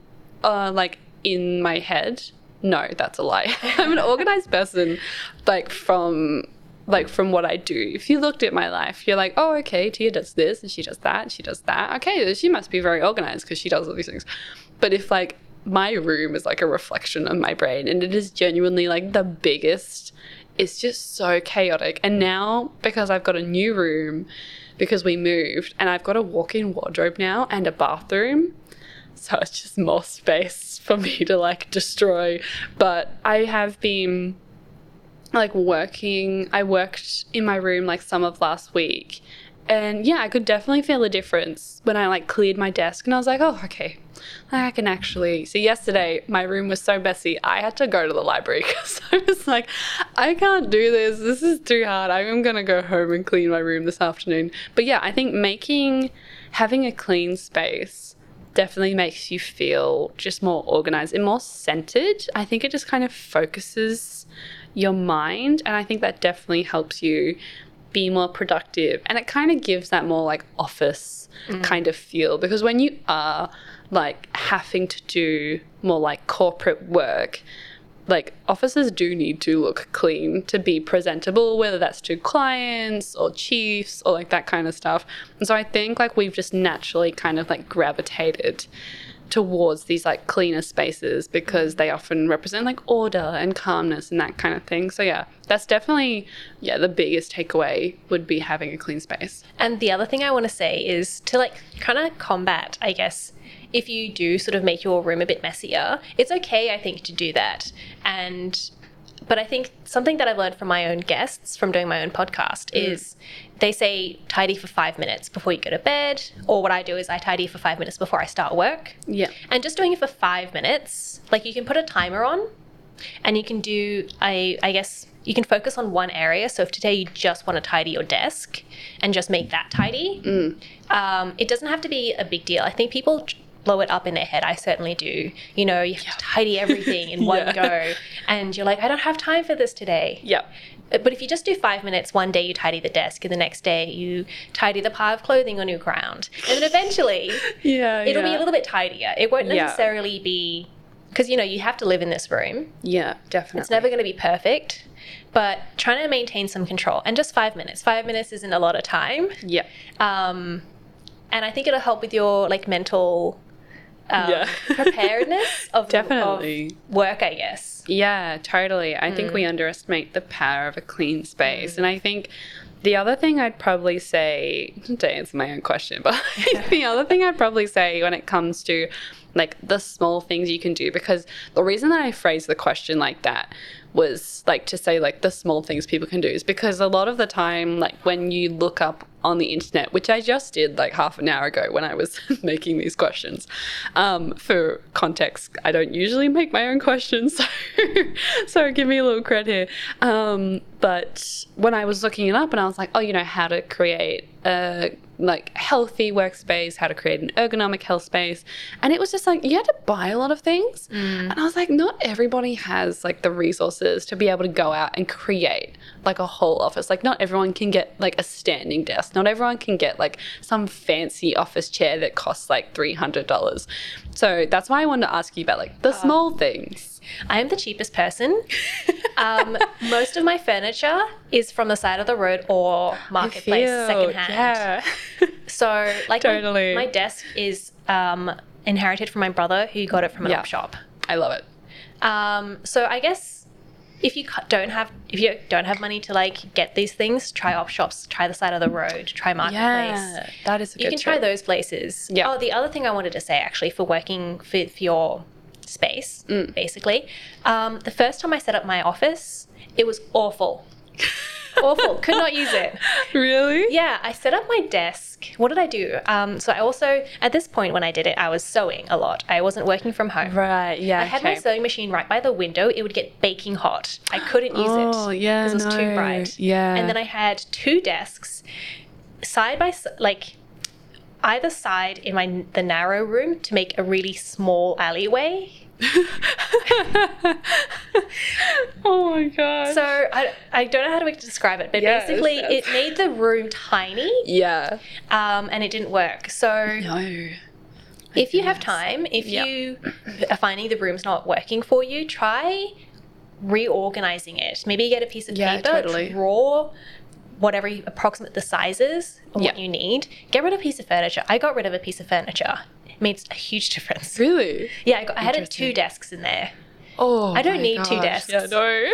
Speaker 1: uh, like in my head. No, that's a lie. I'm an organized person, like from like from what I do. If you looked at my life, you're like, oh, okay, Tia does this and she does that and she does that. Okay, she must be very organized because she does all these things. But if like my room is like a reflection of my brain and it is genuinely like the biggest, it's just so chaotic. And now because I've got a new room, because we moved and I've got a walk in wardrobe now and a bathroom, so it's just more space for me to like destroy. But I have been like working, I worked in my room like some of last week. And yeah, I could definitely feel the difference when I like cleared my desk and I was like, oh, okay, I can actually. So yesterday, my room was so messy, I had to go to the library because I was like, I can't do this. This is too hard. I'm going to go home and clean my room this afternoon. But yeah, I think making, having a clean space definitely makes you feel just more organized and more centered. I think it just kind of focuses your mind, and I think that definitely helps you be more productive. And it kind of gives that more like office kind of feel because when you are like having to do more like corporate work, like offices do need to look clean to be presentable whether that's to clients or chiefs or like that kind of stuff and so i think like we've just naturally kind of like gravitated towards these like cleaner spaces because they often represent like order and calmness and that kind of thing so yeah that's definitely yeah the biggest takeaway would be having a clean space
Speaker 2: And the other thing I want to say is to like kind of combat, I guess, if you do sort of make your room a bit messier, it's okay, I think, to do that. And but I think something that I've learned from my own guests from doing my own podcast is they say tidy for five minutes before you go to bed. Or what I do is I tidy for five minutes before I start work.
Speaker 1: yeah
Speaker 2: And just doing it for five minutes, like you can put a timer on and you can do, I, I guess, you can focus on one area. So if today you just want to tidy your desk and just make that tidy,
Speaker 1: Mm.
Speaker 2: um, it doesn't have to be a big deal. I think people t- blow it up in their head. I certainly do. You know, you have to tidy everything in one
Speaker 1: Yeah.
Speaker 2: go. And you're like, I don't have time for this today.
Speaker 1: yeah
Speaker 2: But if you just do five minutes, one day you tidy the desk, and the next day you tidy the pile of clothing on your ground, and then eventually
Speaker 1: Yeah.
Speaker 2: it'll
Speaker 1: yeah.
Speaker 2: be a little bit tidier. It won't
Speaker 1: Yeah.
Speaker 2: necessarily be because you know you have to live in this room.
Speaker 1: Yeah, definitely.
Speaker 2: It's never going to be perfect, but trying to maintain some control and just five minutes. Five minutes isn't a lot of time,
Speaker 1: Yeah.
Speaker 2: um, and I think it'll help with your like mental um,
Speaker 1: Yeah.
Speaker 2: preparedness of of
Speaker 1: Definitely.
Speaker 2: work, I guess.
Speaker 1: Yeah, totally. I think we underestimate the power of a clean space. And I think the other thing I'd probably say, to answer my own question, but the other thing I'd probably say when it comes to like the small things you can do, because the reason that I phrased the question like that was like to say like the small things people can do is because a lot of the time, like when you look up on the internet, which I just did like half an hour ago when I was making these questions. Um, for context, I don't usually make my own questions, so, so give me a little credit here. Um, but when I was looking it up and I was like, oh, you know, how to create a like healthy workspace, how to create an ergonomic health space. And it was just like you had to buy a lot of things.
Speaker 2: Mm.
Speaker 1: And I was like, not everybody has like the resources to be able to go out and create like a whole office. Like not everyone can get like a standing desk. Not everyone can get like some fancy office chair that costs like $300. So that's why I wanted to ask you about like
Speaker 2: Uh,
Speaker 1: the small things.
Speaker 2: I am the cheapest person. um, most of my furniture is from the side of the road or marketplace
Speaker 1: Feel,
Speaker 2: secondhand.
Speaker 1: Yeah.
Speaker 2: So, like, my-
Speaker 1: Totally.
Speaker 2: my, desk is um, inherited from my brother who got it from an
Speaker 1: Yeah.
Speaker 2: op shop.
Speaker 1: I love it.
Speaker 2: Um, so, I guess if you ca- don't have if you don't have money to like get these things, try op shops, try the side of the road, try marketplace.
Speaker 1: Yeah. That is a
Speaker 2: You
Speaker 1: good
Speaker 2: can try
Speaker 1: tip.
Speaker 2: those places.
Speaker 1: Yeah.
Speaker 2: Oh, the other thing I wanted to say actually for working for, for your space,
Speaker 1: Mm.
Speaker 2: basically, um, the first time I set up my office, it was awful. awful. Could not use it.
Speaker 1: Really?
Speaker 2: Yeah, I set up my desk. What did I do? Um, so I also, at this point when I did it, I was sewing a lot. I wasn't working from home.
Speaker 1: Right. Yeah.
Speaker 2: I had my sewing machine right by the window. It would get baking hot. I couldn't use it.
Speaker 1: Oh, yeah,
Speaker 2: 'cause it was
Speaker 1: no.
Speaker 2: too bright.
Speaker 1: Yeah.
Speaker 2: And then I had two desks, side by s- like either side in my the narrow room to make a really small alleyway.
Speaker 1: oh my god.
Speaker 2: So I, I don't know how to describe it, but
Speaker 1: Yes,
Speaker 2: basically
Speaker 1: that's-
Speaker 2: it made the room tiny,
Speaker 1: yeah.
Speaker 2: um, and it didn't work. So
Speaker 1: No.
Speaker 2: if you have time, if
Speaker 1: Yeah.
Speaker 2: you are finding the room's not working for you, try reorganizing it. Maybe get a piece of
Speaker 1: Yeah,
Speaker 2: paper,
Speaker 1: totally.
Speaker 2: draw whatever you, approximate the sizes of what
Speaker 1: Yeah.
Speaker 2: you need. Get rid of a piece of furniture. I got rid of a piece of furniture. It made a huge difference.
Speaker 1: Really?
Speaker 2: Yeah, I, got, I had
Speaker 1: Interesting.
Speaker 2: two desks in there.
Speaker 1: Oh. I
Speaker 2: don't need two desks.
Speaker 1: Yeah, no.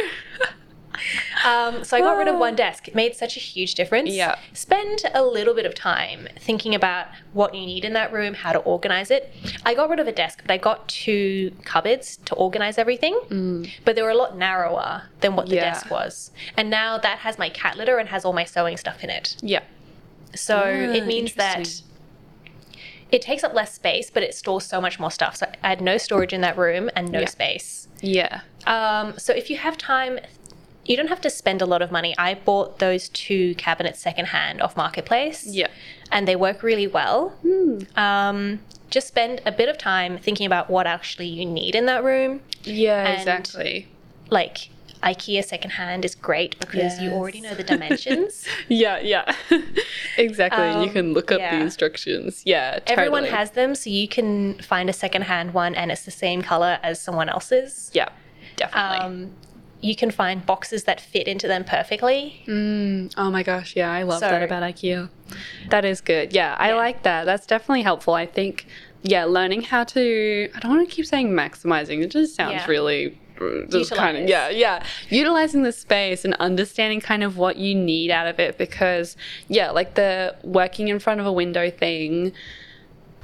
Speaker 2: Um, so I got rid of
Speaker 1: Wow.
Speaker 2: one desk. It made such a huge difference.
Speaker 1: Ah. Yeah.
Speaker 2: Spend a little bit of time thinking about what you need in that room, how to organize it. I got rid of a desk, but I got two cupboards to organize everything. But they were a lot narrower than what the
Speaker 1: Mm. Yeah.
Speaker 2: desk was. And now that has my cat litter and has all my sewing stuff in it.
Speaker 1: Yeah.
Speaker 2: So it
Speaker 1: Ah,
Speaker 2: means that
Speaker 1: interesting.
Speaker 2: it takes up less space, but it stores so much more stuff. So I had no storage in that room and no
Speaker 1: Yeah.
Speaker 2: space.
Speaker 1: Yeah.
Speaker 2: Um, so if you have time, you don't have to spend a lot of money. I bought those two cabinets secondhand off Marketplace.
Speaker 1: Yeah. Hmm.
Speaker 2: And they work really well. Um, just spend a bit of time thinking about what actually you need in that room.
Speaker 1: Yeah,
Speaker 2: And-
Speaker 1: exactly.
Speaker 2: Like IKEA secondhand is great because you already
Speaker 1: Yes.
Speaker 2: know the dimensions.
Speaker 1: Yeah, yeah. exactly. you
Speaker 2: Um,
Speaker 1: can look up the
Speaker 2: yeah.
Speaker 1: instructions. Yeah, totally.
Speaker 2: Everyone has them, so you can find a secondhand one and it's the same color as someone else's.
Speaker 1: Yeah, definitely.
Speaker 2: Um, you can find boxes that fit into them perfectly.
Speaker 1: Mm, oh my gosh, yeah, I love that
Speaker 2: So-
Speaker 1: about IKEA. That is good. Yeah, I like that. That's definitely helpful. I think, yeah, learning how to, I don't want to keep saying maximizing, it just sounds
Speaker 2: Yeah.
Speaker 1: really. uh, Just kind of
Speaker 2: Utilize.
Speaker 1: yeah yeah utilizing the space and understanding kind of what you need out of it because yeah like the working in front of a window thing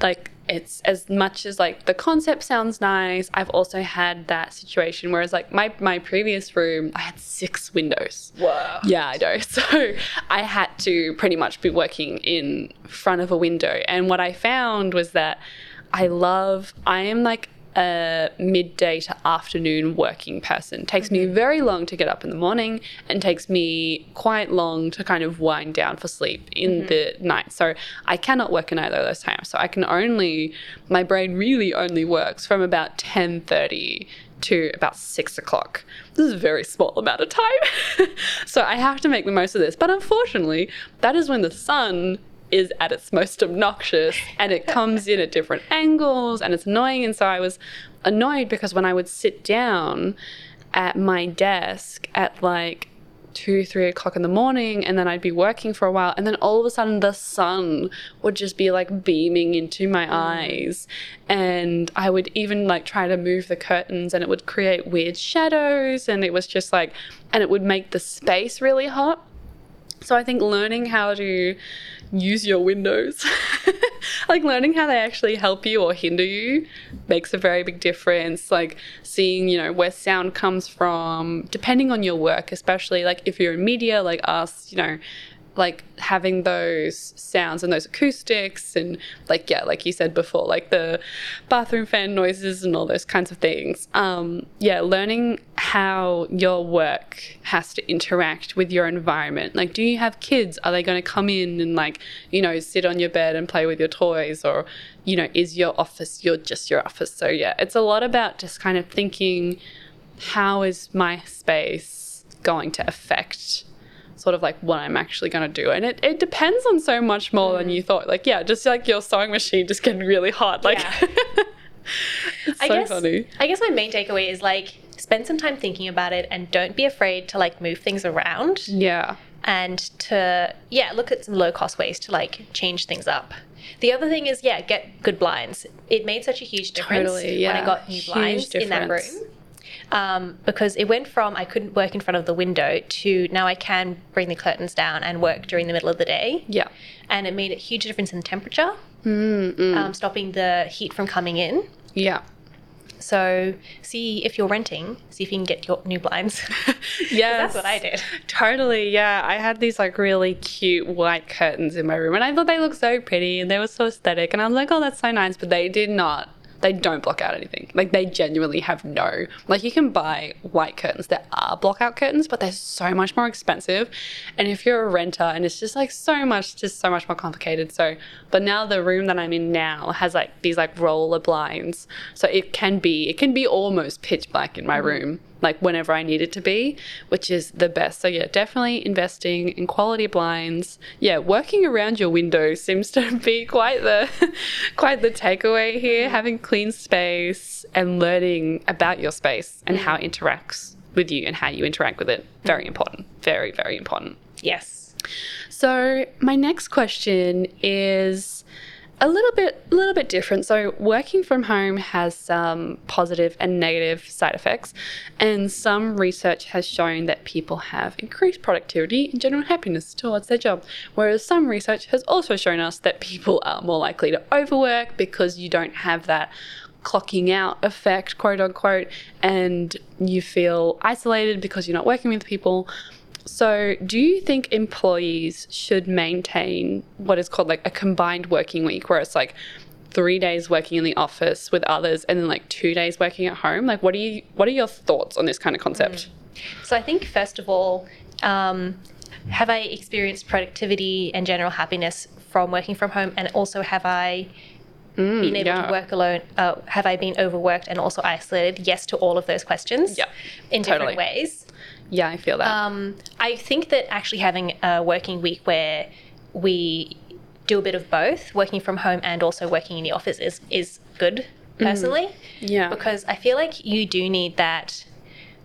Speaker 1: like it's as much as like the concept sounds nice i've also had that situation whereas like my my previous room i had six windows
Speaker 2: Whoa.
Speaker 1: yeah, I know. So I had to pretty much be working in front of a window. And what I found was that I love, I am like a midday to afternoon working person. Takes me very long to get up in the morning and takes me quite long to kind of wind down for sleep in the night. So I cannot work in either of those times. So I can only my brain really only works from about 10:30 to about six o'clock. This is a very small amount of time. so I have to make the most of this. But unfortunately, that is when the sun is at its most obnoxious and it comes in at different angles and it's annoying. And so I was annoyed because when I would sit down at my desk at like two, three o'clock in the morning, and then I'd be working for a while, and then all of a sudden the sun would just be like beaming into my eyes, and I would even like try to move the curtains, and it would create weird shadows, and it was just like, and it would make the space really hot. So I think learning how to use your windows, like learning how they actually help you or hinder you, makes a very big difference. Like seeing, you know, where sound comes from, depending on your work, especially like if you're in media, like us, you know, like having those sounds and those acoustics and like yeah like you said before like the bathroom fan noises and all those kinds of things um yeah learning how your work has to interact with your environment like do you have kids are they going to come in and like you know sit on your bed and play with your toys or you know is your office your just your office so yeah it's a lot about just kind of thinking how is my space going to affect sort of like what I'm actually going to do. And it, it depends on so much more than
Speaker 2: Mm.
Speaker 1: you thought. Like, yeah, just like your sewing machine just getting really hot. Like,
Speaker 2: Yeah.
Speaker 1: it's
Speaker 2: I
Speaker 1: so
Speaker 2: guess,
Speaker 1: funny.
Speaker 2: I guess my main takeaway is like spend some time thinking about it and don't be afraid to like move things around
Speaker 1: Yeah.
Speaker 2: and to yeah look at some low cost ways to like change things up. The other thing is yeah get good blinds. It made such a huge difference
Speaker 1: Totally, yeah.
Speaker 2: when I got new
Speaker 1: Huge
Speaker 2: blinds in that
Speaker 1: difference.
Speaker 2: room. Um, because it went from I couldn't work in front of the window to now I can bring the curtains down and work during the middle of the day
Speaker 1: Yeah. Mm,
Speaker 2: and it made a huge difference in temperature,
Speaker 1: Mm-mm.
Speaker 2: um, stopping the heat from coming in.
Speaker 1: Yeah.
Speaker 2: So see if you're renting, see if you can get your new blinds. 'Cause
Speaker 1: Yeah.
Speaker 2: That's what I did.
Speaker 1: Totally, yeah. I had these like really cute white curtains in my room, and I thought they looked so pretty and they were so aesthetic. And I was like, oh, that's so nice, but they did not. They don't block out anything. Like they genuinely have no. Like you can buy white curtains that are block out curtains, but they're so much more expensive. And if you're a renter, and it's just like so much, just so much more complicated. So, but now the room that I'm in now has like these like roller blinds, so it can be it can be almost pitch black in my room like whenever I need it to be, which is the best. So yeah, definitely investing in quality blinds. Yeah, working around your window seems to be quite the quite the takeaway here. Having clean space and learning about your space and how it interacts with you and how you interact with it. Very important. Very, very important.
Speaker 2: Yes.
Speaker 1: So my next question is a little bit a little bit different. So working from home has some positive and negative side effects, and some research has shown that people have increased productivity and general happiness towards their job. Whereas some research has also shown us that people are more likely to overwork because you don't have that clocking out effect, quote unquote, and you feel isolated because you're not working with people. So, do you think employees should maintain what is called like a combined working week, where it's like three days working in the office with others, and then like two days working at home? Like, what do you what are your thoughts on this kind of
Speaker 2: Mm.
Speaker 1: concept?
Speaker 2: So I think first of all, um, have I experienced productivity and general happiness from working from home, and also have I been able
Speaker 1: Mm, yeah.
Speaker 2: to work alone? Uh, have I been overworked and also isolated? Yes to all of those questions.
Speaker 1: Yeah,
Speaker 2: In
Speaker 1: totally.
Speaker 2: different ways.
Speaker 1: Yeah, I feel that.
Speaker 2: Um, I think that actually having a working week where we do a bit of both, working from home and also working in the office, is is good personally
Speaker 1: yeah,
Speaker 2: because I feel like you do need that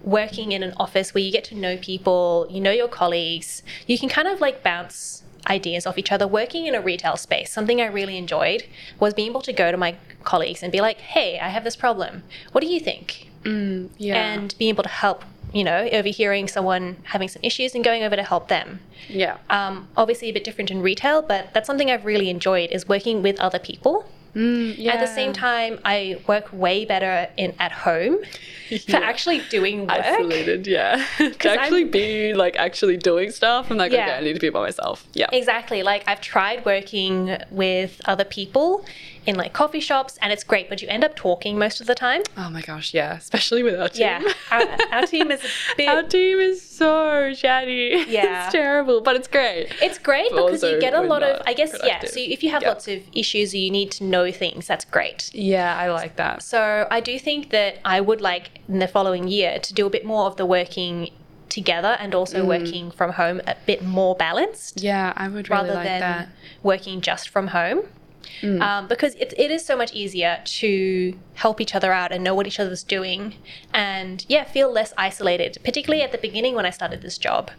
Speaker 2: working in an office where you get to know people, you know your colleagues, you can kind of like bounce ideas off each other. Working in a retail space, something I really enjoyed was being able to go to my colleagues and be like, "Hey, I have this problem. What do you think?"
Speaker 1: yeah,
Speaker 2: and being able to help you know overhearing someone having some issues and going over to help them
Speaker 1: yeah,
Speaker 2: um, obviously a bit different in retail but that's something i've really enjoyed is working with other people
Speaker 1: Mm, yeah.
Speaker 2: at the same time i work way better in at home for actually doing work
Speaker 1: isolated. Yeah, to
Speaker 2: I'm-
Speaker 1: actually be like actually doing stuff. I'm like,
Speaker 2: Yeah.
Speaker 1: okay, I need to be by myself. Yeah,
Speaker 2: exactly like i've tried working with other people in like coffee shops, and it's great, but you end up talking most of the time.
Speaker 1: Oh my gosh, yeah, especially with our team.
Speaker 2: Yeah, our, our team is a bit.
Speaker 1: Our team is so chatty.
Speaker 2: Yeah.
Speaker 1: it's terrible, but it's great.
Speaker 2: It's great
Speaker 1: But
Speaker 2: because
Speaker 1: also
Speaker 2: you get a
Speaker 1: we're
Speaker 2: lot of,
Speaker 1: not
Speaker 2: I guess, yeah.
Speaker 1: productive.
Speaker 2: So if you have
Speaker 1: Yeah.
Speaker 2: lots of issues or you need to know things, that's great.
Speaker 1: Yeah, I like that.
Speaker 2: So I do think that I would like in the following year to do a bit more of the working together and
Speaker 1: Mm.
Speaker 2: also working from home a bit more balanced
Speaker 1: Yeah, I would really
Speaker 2: rather
Speaker 1: like
Speaker 2: than
Speaker 1: that. Mm.
Speaker 2: working just from home. Um, because it, it is so much easier to help each other out and know what each other's doing and, yeah, feel less isolated, particularly at the beginning when I started this job.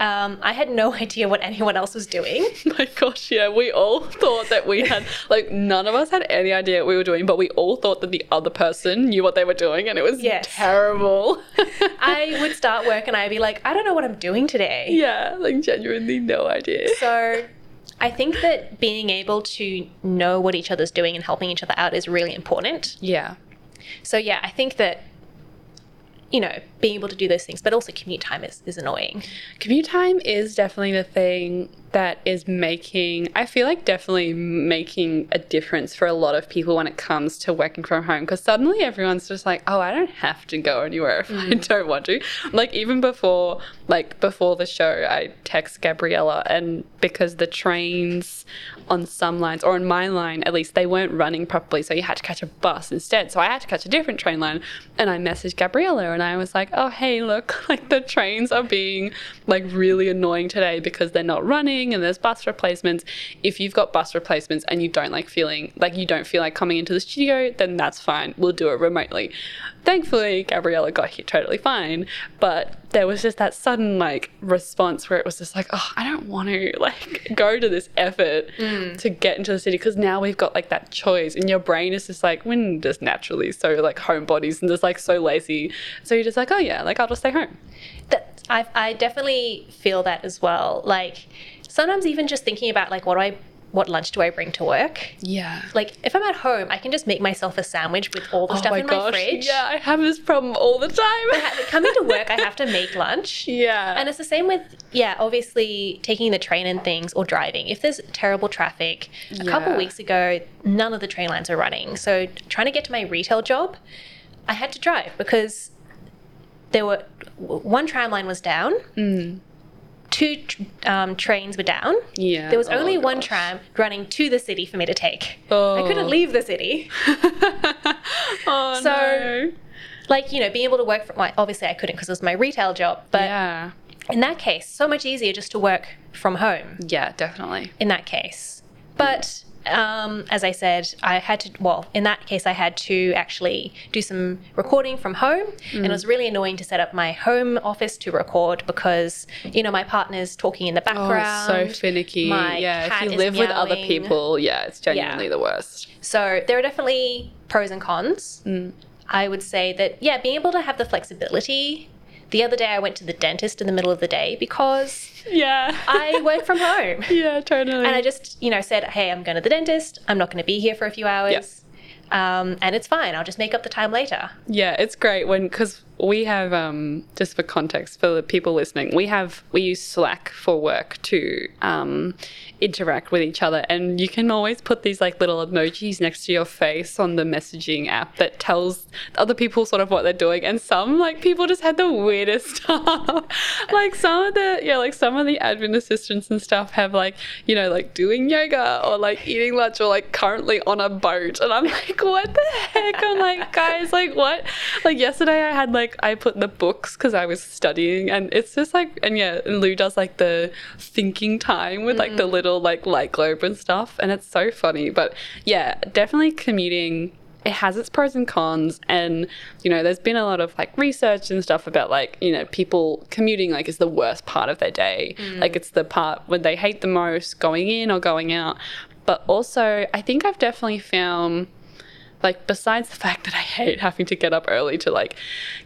Speaker 2: Um, I had no idea what anyone else was doing.
Speaker 1: My gosh, yeah, we all thought that we had, like, none of us had any idea what we were doing, but we all thought that the other person knew what they were doing, and it was
Speaker 2: Yes.
Speaker 1: terrible.
Speaker 2: I would start work and I'd be like, I don't know what I'm doing today.
Speaker 1: yeah, like, genuinely no idea.
Speaker 2: So I think that being able to know what each other's doing and helping each other out is really important.
Speaker 1: yeah,
Speaker 2: So yeah, I think that you know, being able to do those things, but also commute time is, is annoying.
Speaker 1: Commute time is definitely the thing that is making, I feel like definitely making a difference for a lot of people when it comes to working from home because suddenly everyone's just like, oh, I don't have to go anywhere if I don't want to. Like, even before, like, before the show, I text Gabriella, and because the trains on some lines, or on my line at least, they weren't running properly, so you had to catch a bus instead. So I had to catch a different train line, and I messaged Gabriella, and I was like, oh, hey, look, like, the trains are being like really annoying today because they're not running and there's bus replacements. If you've got bus replacements and you don't like feeling like you don't feel like coming into the studio, then that's fine. We'll do it remotely. Thankfully, Gabriella got here totally fine, but there was just that sudden like response where it was just like, oh, I don't want to like go to this effort to get into the city because now we've got like that choice and your brain is just like, we're just naturally so like homebodies and just like so lazy. So you're just like, oh yeah, like I'll just stay home.
Speaker 2: That I I definitely feel that as well. Like sometimes even just thinking about like what do I what lunch do I bring to work?
Speaker 1: Yeah.
Speaker 2: Like if I'm at home, I can just make myself a sandwich with all the stuff in my fridge.
Speaker 1: Oh Yeah, I have this problem all the time.
Speaker 2: Coming to work, I have to make lunch.
Speaker 1: yeah.
Speaker 2: And it's the same with, yeah, obviously taking the train and things or driving. If there's terrible traffic, a couple
Speaker 1: Yeah.
Speaker 2: weeks ago, none of the train lines were running. So trying to get to my retail job, I had to drive because there were w- one tram line was down, two tr- um, trains were down.
Speaker 1: Mm. yeah.
Speaker 2: There was
Speaker 1: Oh,
Speaker 2: only one
Speaker 1: gosh.
Speaker 2: tram running to the city for me to take. I
Speaker 1: Oh.
Speaker 2: couldn't leave the city.
Speaker 1: oh,
Speaker 2: So-
Speaker 1: no.
Speaker 2: Like, you know, being able to work from my, obviously I couldn't because it was my retail job, but
Speaker 1: yeah.
Speaker 2: in that case, so much easier just to work from home.
Speaker 1: Yeah, definitely.
Speaker 2: in that case. But um, as I said, I had to, well, in that case, I had to actually do some recording from home. And
Speaker 1: Mm.
Speaker 2: it was really annoying to set up my home office to record because, you know, my partner's talking in the
Speaker 1: Oh, it's
Speaker 2: background.
Speaker 1: so finicky.
Speaker 2: My
Speaker 1: yeah, if
Speaker 2: cat
Speaker 1: you
Speaker 2: is
Speaker 1: live with other
Speaker 2: meowing.
Speaker 1: people, yeah, it's genuinely
Speaker 2: Yeah.
Speaker 1: the worst.
Speaker 2: So there are definitely pros and cons.
Speaker 1: Mm.
Speaker 2: I would say that, yeah, being able to have the flexibility. The other day, I went to the dentist in the middle of the day because
Speaker 1: Yeah.
Speaker 2: I work from home.
Speaker 1: yeah, totally.
Speaker 2: And I just, you know, said, hey, I'm going to the dentist. I'm not going to be here for a few hours. Um, and it's fine. I'll just make up the time later.
Speaker 1: Yeah, it's great when because we have um, just for context for the people listening, we have we use Slack for work to um, interact with each other, and you can always put these like little emojis next to your face on the messaging app that tells other people sort of what they're doing. And some like people just had the weirdest stuff. like some of the yeah, like some of the admin assistants and stuff have like you know like doing yoga or like eating lunch or like currently on a boat, and I'm like, what the heck? I'm like, guys, like what? Like yesterday, I had like I put the books because I was studying, and it's just like and yeah, and Lou does like the thinking time with like the little like light globe and stuff, and it's so funny. But yeah, definitely commuting. It has its pros and cons, and you know, there's been a lot of like research and stuff about like you know people commuting like is the worst part of their day. Like it's the part when they hate the most going in or going out. But also, I think I've definitely found like besides the fact that I hate having to get up early to like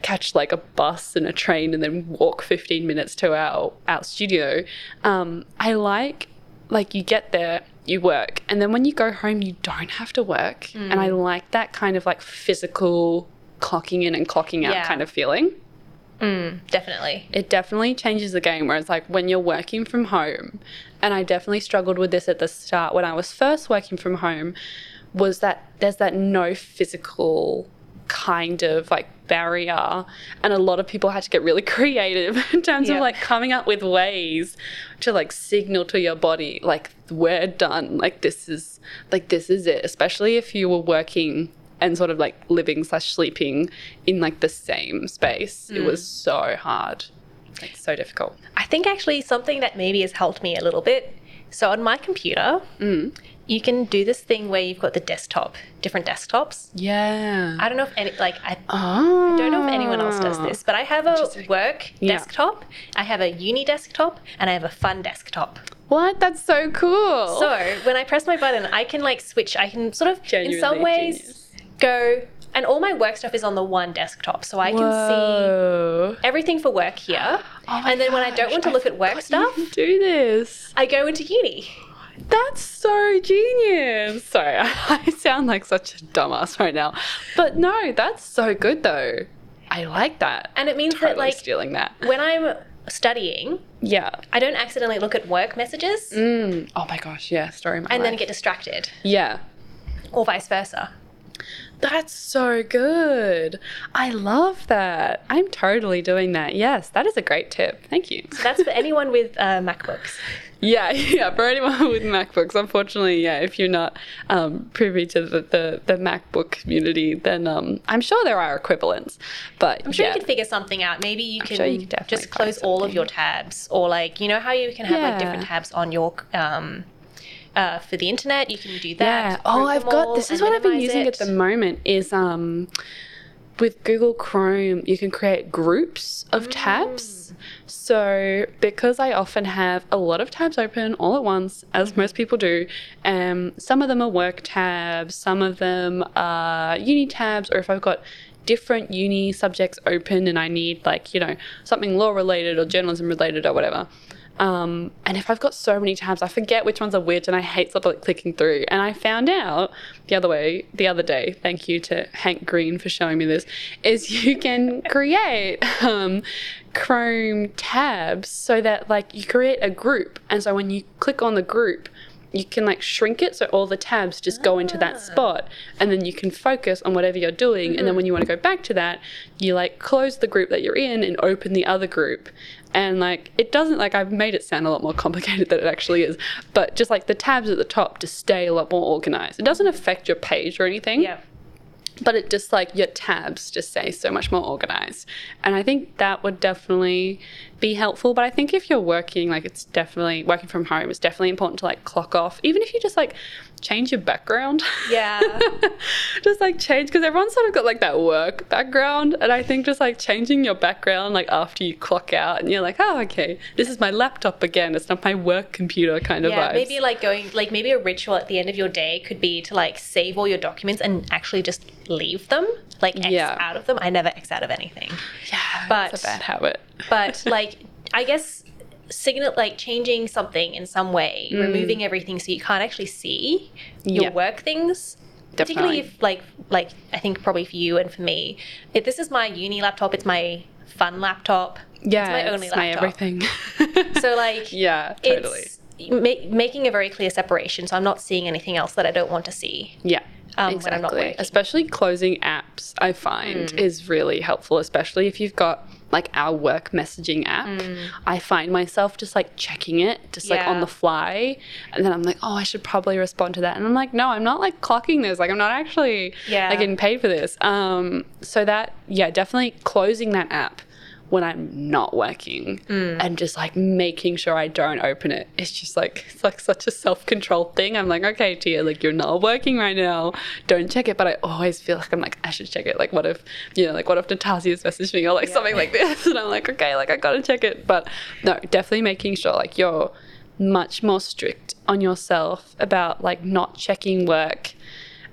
Speaker 1: catch like a bus and a train and then walk 15 minutes to our our studio um I like like you get there you work and then when you go home you don't have to work and I like that kind of like physical clocking in and clocking out
Speaker 2: Yeah.
Speaker 1: kind of feeling Mm.
Speaker 2: Definitely.
Speaker 1: it definitely changes the game where it's like when you're working from home and i definitely struggled with this at the start when i was first working from home was that there's that no physical kind of like barrier and a lot of people had to get really creative in terms
Speaker 2: Yeah.
Speaker 1: of like coming up with ways to like signal to your body like we're done like this is like this is it especially if you were working and sort of like living slash sleeping in like the same space it was so hard like so difficult
Speaker 2: I think actually something that maybe has helped me a little bit. So on my computer,
Speaker 1: Mm.
Speaker 2: you can do this thing where you've got the desktop, different desktops.
Speaker 1: yeah
Speaker 2: I don't know if any, like I
Speaker 1: oh.
Speaker 2: don't know if anyone else does this, but I have a
Speaker 1: Ah. Interesting.
Speaker 2: work
Speaker 1: Yeah.
Speaker 2: desktop, I have a uni desktop, and I have a fun desktop.
Speaker 1: what that's so cool
Speaker 2: So when I press my button, I can like switch. I can sort of, in some
Speaker 1: Genuinely
Speaker 2: ways,
Speaker 1: genius.
Speaker 2: go and all my work stuff is on the one desktop, so I can see
Speaker 1: Whoa.
Speaker 2: everything for work here.
Speaker 1: Oh my
Speaker 2: and then when I don't
Speaker 1: gosh,
Speaker 2: want to look at work
Speaker 1: forgot you
Speaker 2: stuff,
Speaker 1: can do this.
Speaker 2: I go into uni.
Speaker 1: That's so genius. Sorry, I sound like such a dumbass right now. But no, that's so good though. I like that.
Speaker 2: And it means
Speaker 1: totally
Speaker 2: that like
Speaker 1: stealing that.
Speaker 2: when I'm studying,
Speaker 1: Yeah.
Speaker 2: I don't accidentally look at work messages
Speaker 1: Mm. Oh my gosh, yeah, story of my
Speaker 2: and then
Speaker 1: life.
Speaker 2: get distracted,
Speaker 1: Yeah.
Speaker 2: or vice versa.
Speaker 1: That's so good. I love that. I'm totally doing that. Yes, that is a great tip. Thank you.
Speaker 2: That's for anyone with uh, MacBooks.
Speaker 1: Yeah, yeah. For anyone with MacBooks, unfortunately, yeah. If you're not um, privy to the, the, the MacBook community, then um, I'm sure there are equivalents. But
Speaker 2: I'm sure
Speaker 1: yeah,
Speaker 2: you can figure something out. Maybe you can,
Speaker 1: sure you can definitely
Speaker 2: just close
Speaker 1: find
Speaker 2: all of your tabs, or like you know how you can have like different
Speaker 1: Yeah.
Speaker 2: tabs on your um, uh, for the internet. You can do
Speaker 1: yeah.
Speaker 2: that.
Speaker 1: Oh,
Speaker 2: group
Speaker 1: I've
Speaker 2: them
Speaker 1: got
Speaker 2: all
Speaker 1: this. Is
Speaker 2: and
Speaker 1: what I've been
Speaker 2: minimize
Speaker 1: using
Speaker 2: it.
Speaker 1: at the moment. Is um, with Google Chrome, you can create groups
Speaker 2: Mm.
Speaker 1: of tabs. So, because I often have a lot of tabs open all at once,
Speaker 2: Mm-hmm.
Speaker 1: as most people do, um, some of them are work tabs, some of them are uni tabs, or if I've got different uni subjects open and I need, like, you know, something law related or journalism related or whatever. Um, and if I've got so many tabs, I forget which ones are which, and I hate sort of like clicking through. And I found out the other way, the other day. Thank you to Hank Green for showing me this. Is you can create um, Chrome tabs so that like you create a group, and so when you click on the group, you can like shrink it so all the tabs just go into that spot and then you can focus on whatever you're doing and then when you want to go back to that you like close the group that you're in and open the other group and like it doesn't like I've made it sound a lot more complicated than it actually is but just like the tabs at the top just stay a lot more organized it doesn't affect your page or anything
Speaker 2: Yeah.
Speaker 1: but it just like your tabs just say so much more organized and i think that would definitely be helpful but i think if you're working like it's definitely working from home it's definitely important to like clock off even if you just like change your background
Speaker 2: Yeah.
Speaker 1: just like change because everyone's sort of got like that work background and i think just like changing your background like after you clock out and you're like oh okay this is my laptop again it's not my work computer kind of
Speaker 2: Yeah,
Speaker 1: vibes
Speaker 2: maybe like going, like maybe a ritual at the end of your day could be to like save all your documents and actually just leave them, like X
Speaker 1: Yeah.
Speaker 2: out of them. I never X out of anything,
Speaker 1: yeah
Speaker 2: but-
Speaker 1: it's a bad habit
Speaker 2: but like I guess signal like changing something in some way, removing everything so you can't actually see your
Speaker 1: Mm. Yeah.
Speaker 2: work things. Particularly
Speaker 1: Definitely.
Speaker 2: if like like I think probably for you and for me, if this is my uni laptop, it's my fun laptop.
Speaker 1: yeah
Speaker 2: it's my only
Speaker 1: it's my
Speaker 2: laptop.
Speaker 1: everything
Speaker 2: So like
Speaker 1: yeah totally
Speaker 2: it's ma- making a very clear separation so i'm not seeing anything else that i don't want to see
Speaker 1: Yeah.
Speaker 2: um, when I'm not working. Mm.
Speaker 1: Especially closing apps, I find is really helpful, especially if you've got like our work messaging app. I find myself just like checking it, just like
Speaker 2: Mm. Yeah.
Speaker 1: on the fly. And then I'm like, oh, I should probably respond to that. And I'm like, no, I'm not like clocking this. Like, I'm not actually
Speaker 2: Yeah.
Speaker 1: like getting paid for this. Um, so that, yeah, definitely closing that app when I'm not working and just like making sure I don't open it. It's just like it's like such a self-control thing. I'm like, okay, Tia, like you're not working right now. Don't check it. But I always feel like I'm like, I should check it. Like what if you know, like what if Natasia's messaged me or like something like this? And I'm like, okay, like I gotta check it. But no, definitely making sure like you're much more strict on yourself about like not checking work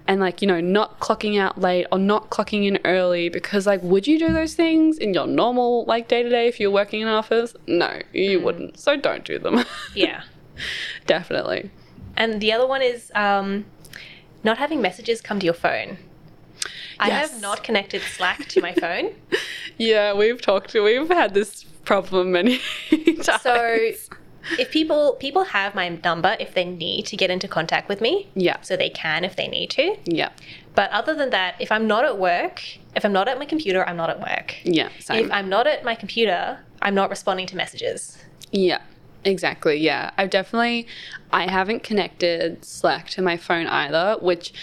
Speaker 1: and like you know not clocking out late or not clocking in early because like would you do those things in your normal like day to day if you're working in an office no you wouldn't so don't do them
Speaker 2: Mm. yeah
Speaker 1: definitely
Speaker 2: and the other one is um, not having messages come to your phone i have
Speaker 1: Yes.
Speaker 2: not connected slack to my phone
Speaker 1: yeah we've talked we've had this problem many times
Speaker 2: so if people people have my number if they need to get into contact with me.
Speaker 1: Yeah.
Speaker 2: So they can if they need to.
Speaker 1: Yeah.
Speaker 2: But other than that, if I'm not at work, if I'm not at my computer, I'm not at work.
Speaker 1: Yeah. Same.
Speaker 2: If I'm not at my computer, I'm not responding to messages.
Speaker 1: Yeah, exactly. Yeah, I've definitely, I haven't connected Slack to my phone either, which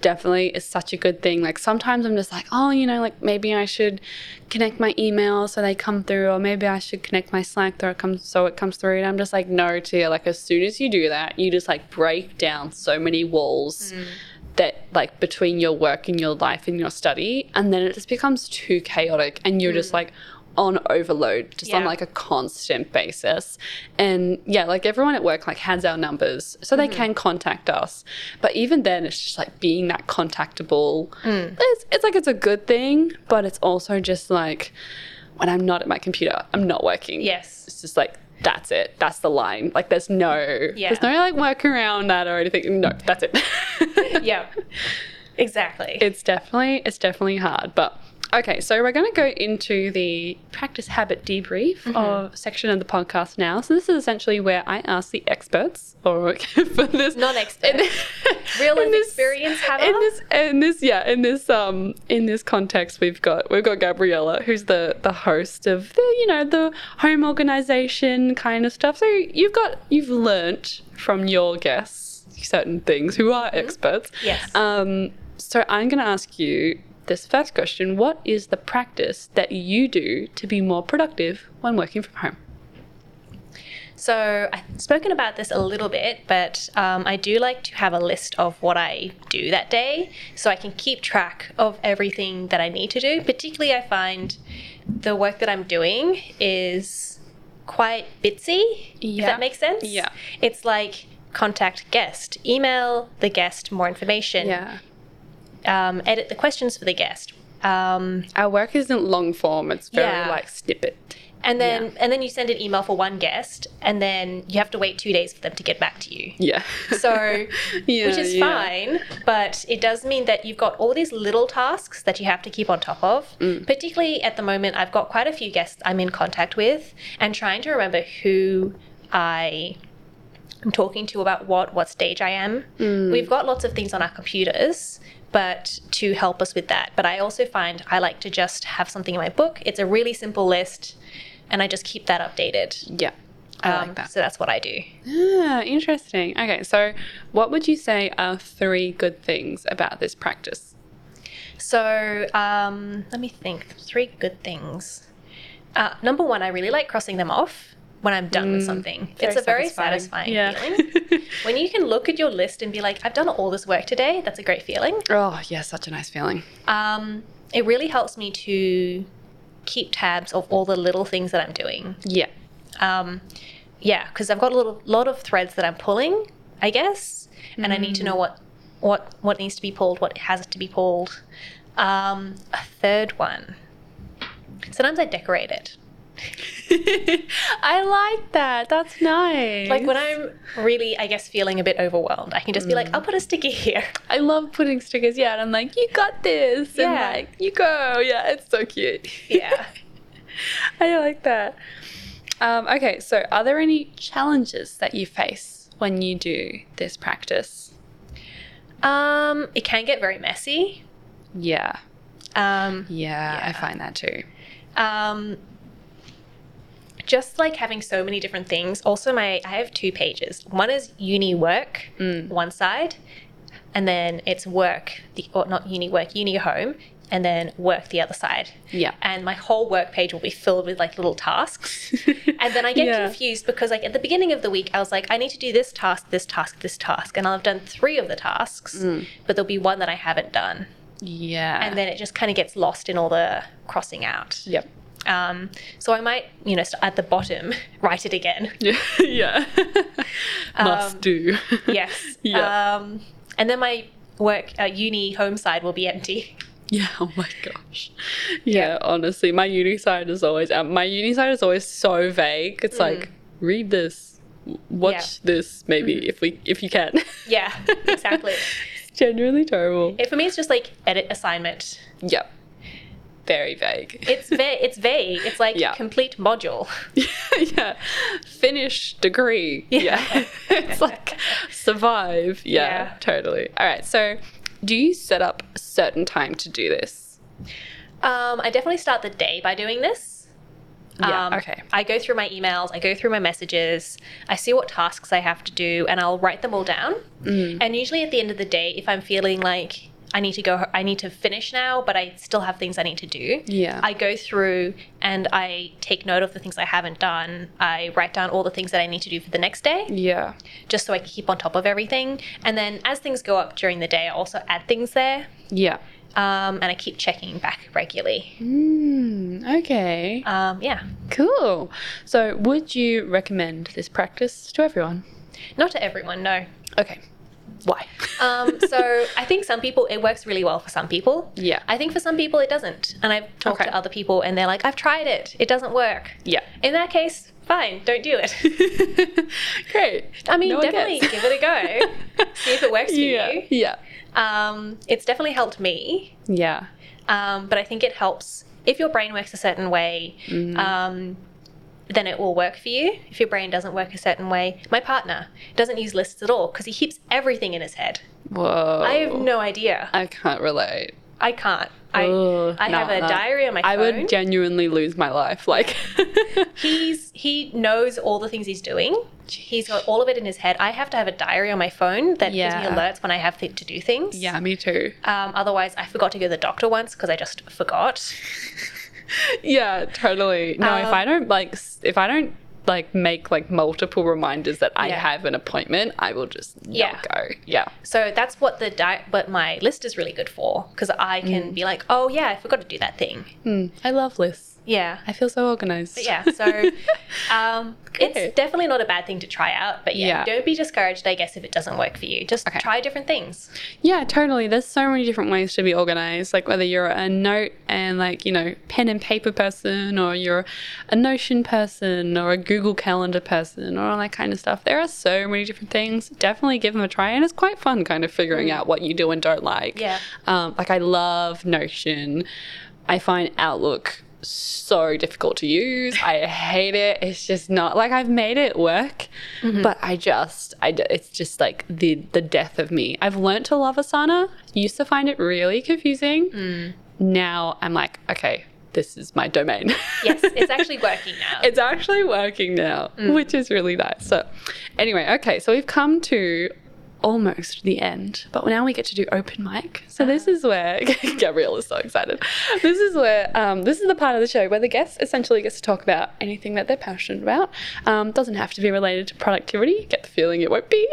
Speaker 1: definitely is such a good thing. Like sometimes I'm just like, oh, you know, like maybe I should connect my email so they come through, or maybe I should connect my Slack so it comes so it comes through. And I'm just like, no, Tia. Like as soon as you do that, you just like break down so many walls. That like between your work and your life and your study, and then it just becomes too chaotic, and you're just like on overload, just on
Speaker 2: Mm. Yeah.
Speaker 1: like a constant basis. And yeah, like everyone at work like has our numbers so
Speaker 2: Mm-hmm.
Speaker 1: they can contact us. But even then it's just like being that contactable.
Speaker 2: Mm.
Speaker 1: It's it's like it's a good thing, but it's also just like when I'm not at my computer, I'm not working.
Speaker 2: Yes.
Speaker 1: It's just like that's it. That's the line. Like there's no
Speaker 2: Yeah.
Speaker 1: there's no like work around that or anything. No, that's it.
Speaker 2: Yeah. Exactly.
Speaker 1: it's definitely it's definitely hard but okay so we're going to go into the practice habit debrief of section of the podcast now so this is essentially where i ask the experts or for this
Speaker 2: Non-expert. Real life experience haver?
Speaker 1: in this in this yeah in this um in this context we've got we've got gabriella who's the the host of the you know the home organization kind of stuff so you've got you've learnt from your guests certain things who are experts
Speaker 2: Mm-hmm. Yes.
Speaker 1: um, so I'm going to ask you this first question: What is the practice that you do to be more productive when working from home?
Speaker 2: So I've spoken about this a little bit, but um, I do like to have a list of what I do that day so I can keep track of everything that I need to do. Particularly, I find the work that I'm doing is quite bitsy, if
Speaker 1: Yeah.
Speaker 2: that makes sense.
Speaker 1: Yeah.
Speaker 2: It's like contact guest, email the guest more information, um, edit the questions for the guest. Um,
Speaker 1: our work isn't long form; it's very
Speaker 2: Yeah.
Speaker 1: like snippet.
Speaker 2: and then and then you send an email for one guest and then you have to wait two days for them to get back to you.
Speaker 1: Yeah.
Speaker 2: So,
Speaker 1: Yeah,
Speaker 2: which is
Speaker 1: yeah.
Speaker 2: fine, but it does mean that you've got all these little tasks that you have to keep on top of.
Speaker 1: Mm.
Speaker 2: Particularly at the moment, I've got quite a few guests I'm in contact with and trying to remember who I am talking to about what, what stage I am.
Speaker 1: Mm.
Speaker 2: We've got lots of things on our computers. But to help us with that. But I also find I like to just have something in my book. It's a really simple list, and I just keep that updated.
Speaker 1: yeah, I
Speaker 2: Um,
Speaker 1: like that.
Speaker 2: So that's what I do.
Speaker 1: Ah, interesting. Okay, so what would you say are three good things about this practice?
Speaker 2: So um, let me think. Three good things. Uh, number one, I really like crossing them off when I'm done with something. it's a Mm, very satisfying, feeling. When you can look at your list and be like, I've done all this work today, that's a great feeling.
Speaker 1: oh yeah, such a nice feeling.
Speaker 2: Um, it really helps me to keep tabs of all the little things that I'm doing.
Speaker 1: Yeah.
Speaker 2: Um, yeah, because I've got a little, lot of threads that I'm pulling, I guess, and I need to know what, what, what needs to be pulled, what has to be pulled. Um, a third one. Sometimes I decorate it.
Speaker 1: I like that. That's nice.
Speaker 2: Like when I'm really, I guess, feeling a bit overwhelmed, I can just be like, I'll put a sticker here.
Speaker 1: I love putting stickers. Yeah, and I'm like, you got this,
Speaker 2: Yeah.
Speaker 1: and like, you go. Yeah, it's so cute.
Speaker 2: Yeah.
Speaker 1: I like that. Um, okay, so are there any challenges that you face when you do this practice?
Speaker 2: um, it can get very messy.
Speaker 1: Yeah,
Speaker 2: Um,
Speaker 1: yeah, I
Speaker 2: Yeah.
Speaker 1: find that too.
Speaker 2: um, just like having so many different things also my i have two pages one is uni work
Speaker 1: Mm.
Speaker 2: one side and then it's work the or not uni work uni home and then work the other side
Speaker 1: Yeah.
Speaker 2: and my whole work page will be filled with like little tasks and then i get
Speaker 1: Yeah.
Speaker 2: confused because like at the beginning of the week i was like i need to do this task this task this task and i'll have done three of the tasks but there'll be one that i haven't done
Speaker 1: Mm. Yeah.
Speaker 2: and then it just kind of gets lost in all the crossing out
Speaker 1: yep.
Speaker 2: um, so I might, you know, st- at the bottom, write it again.
Speaker 1: Yeah. yeah. Must
Speaker 2: Um,
Speaker 1: do.
Speaker 2: Yes.
Speaker 1: yeah.
Speaker 2: Um, and then my work, uh, uni home side will be empty.
Speaker 1: Yeah, oh my gosh. Yeah, honestly, my uni side is always um, my uni side is always so vague. It's like read this, w- watch this, maybe if we if you can.
Speaker 2: Yeah, exactly.
Speaker 1: it's genuinely terrible.
Speaker 2: it, for me, it's just like edit assignment.
Speaker 1: yeah. very vague.
Speaker 2: It's ve- it's vague. It's like
Speaker 1: Yeah.
Speaker 2: complete module.
Speaker 1: yeah. Finish degree. Yeah. it's like survive. Yeah,
Speaker 2: Yeah.
Speaker 1: totally. All right. So, do you set up a certain time to do this?
Speaker 2: Um, I definitely start the day by doing this.
Speaker 1: Yeah, okay.
Speaker 2: Um, I go through my emails, I go through my messages, I see what tasks I have to do, and I'll write them all down.
Speaker 1: Mm.
Speaker 2: And usually at the end of the day, if I'm feeling like I need to go, I need to finish now, but I still have things I need to do.
Speaker 1: Yeah.
Speaker 2: I go through and I take note of the things I haven't done. I write down all the things that I need to do for the next day
Speaker 1: Yeah.
Speaker 2: just so I can keep on top of everything. And then as things go up during the day, I also add things there.
Speaker 1: Yeah.
Speaker 2: Um, and I keep checking back regularly.
Speaker 1: Mm, okay.
Speaker 2: Um, yeah,
Speaker 1: Cool. So, would you recommend this practice to everyone?
Speaker 2: not to everyone, no.
Speaker 1: Okay. Why?
Speaker 2: Um, so I think some people, it works really well for some people.
Speaker 1: Yeah.
Speaker 2: I think for some people, it doesn't. And I've talked
Speaker 1: Okay.
Speaker 2: to other people and they're like, I've tried it, it doesn't work.
Speaker 1: yeah.
Speaker 2: In that case, fine, don't do it.
Speaker 1: Great.
Speaker 2: I mean,
Speaker 1: No one
Speaker 2: definitely
Speaker 1: gets.
Speaker 2: give it a go. See if it works for
Speaker 1: yeah.
Speaker 2: you.
Speaker 1: Yeah.
Speaker 2: Um, it's definitely helped me,
Speaker 1: Yeah.
Speaker 2: um, but I think it helps if your brain works a certain way.
Speaker 1: Mm-hmm.
Speaker 2: Um, then it will work for you. If your brain doesn't work a certain way, my partner doesn't use lists at all because he keeps everything in his head.
Speaker 1: Whoa.
Speaker 2: I have no idea.
Speaker 1: I can't relate.
Speaker 2: I can't. I,
Speaker 1: Ugh,
Speaker 2: I
Speaker 1: nah,
Speaker 2: have a
Speaker 1: nah.
Speaker 2: diary on my phone.
Speaker 1: I would genuinely lose my life. Like,
Speaker 2: he's he knows all the things he's doing. He's got all of it in his head. I have to have a diary on my phone that gives
Speaker 1: Yeah.
Speaker 2: me alerts when I have th- to do things.
Speaker 1: yeah, me too.
Speaker 2: Um, otherwise, I forgot to go to the doctor once because I just forgot.
Speaker 1: Yeah, totally. No, if
Speaker 2: Um,
Speaker 1: I don't like, s- if I don't like make like multiple reminders that I
Speaker 2: Yeah.
Speaker 1: have an appointment, I will just
Speaker 2: Yeah.
Speaker 1: not go. Yeah.
Speaker 2: So that's what the di- but my list is really good for because I can
Speaker 1: Mm.
Speaker 2: be like, oh yeah, I forgot to do that thing.
Speaker 1: Hmm. I love lists.
Speaker 2: Yeah.
Speaker 1: I feel so organized.
Speaker 2: But yeah, so um,
Speaker 1: Good.
Speaker 2: it's definitely not a bad thing to try out. But
Speaker 1: Yeah.
Speaker 2: yeah, don't be discouraged, I guess, if it doesn't work for you. Just
Speaker 1: Okay.
Speaker 2: try different things.
Speaker 1: Yeah, totally. There's so many different ways to be organized, like whether you're a note and like, you know, pen and paper person or you're a Notion person or a Google Calendar person or all that kind of stuff. There are so many different things. Definitely give them a try and it's quite fun kind of figuring out what you do and don't like.
Speaker 2: Mm. Yeah.
Speaker 1: Um, like I love Notion. I find Outlook so difficult to use. I hate it. It's just not like I've made it work,
Speaker 2: Mm-hmm.
Speaker 1: but I just, I, d- it's just like the the death of me. I've learnt to love Asana. Used to find it really confusing.
Speaker 2: Mm.
Speaker 1: Now I'm like, okay, this is my domain.
Speaker 2: Yes, it's actually working now.
Speaker 1: It's actually working now, which is really nice. So, anyway, okay, so we've come to almost the end, but now we get to do open mic. So, this is where Gabrielle is so excited. This is where, um, this is the part of the show where the guest essentially gets to talk about anything that they're passionate about. Um, doesn't have to be related to productivity, get the feeling it won't be.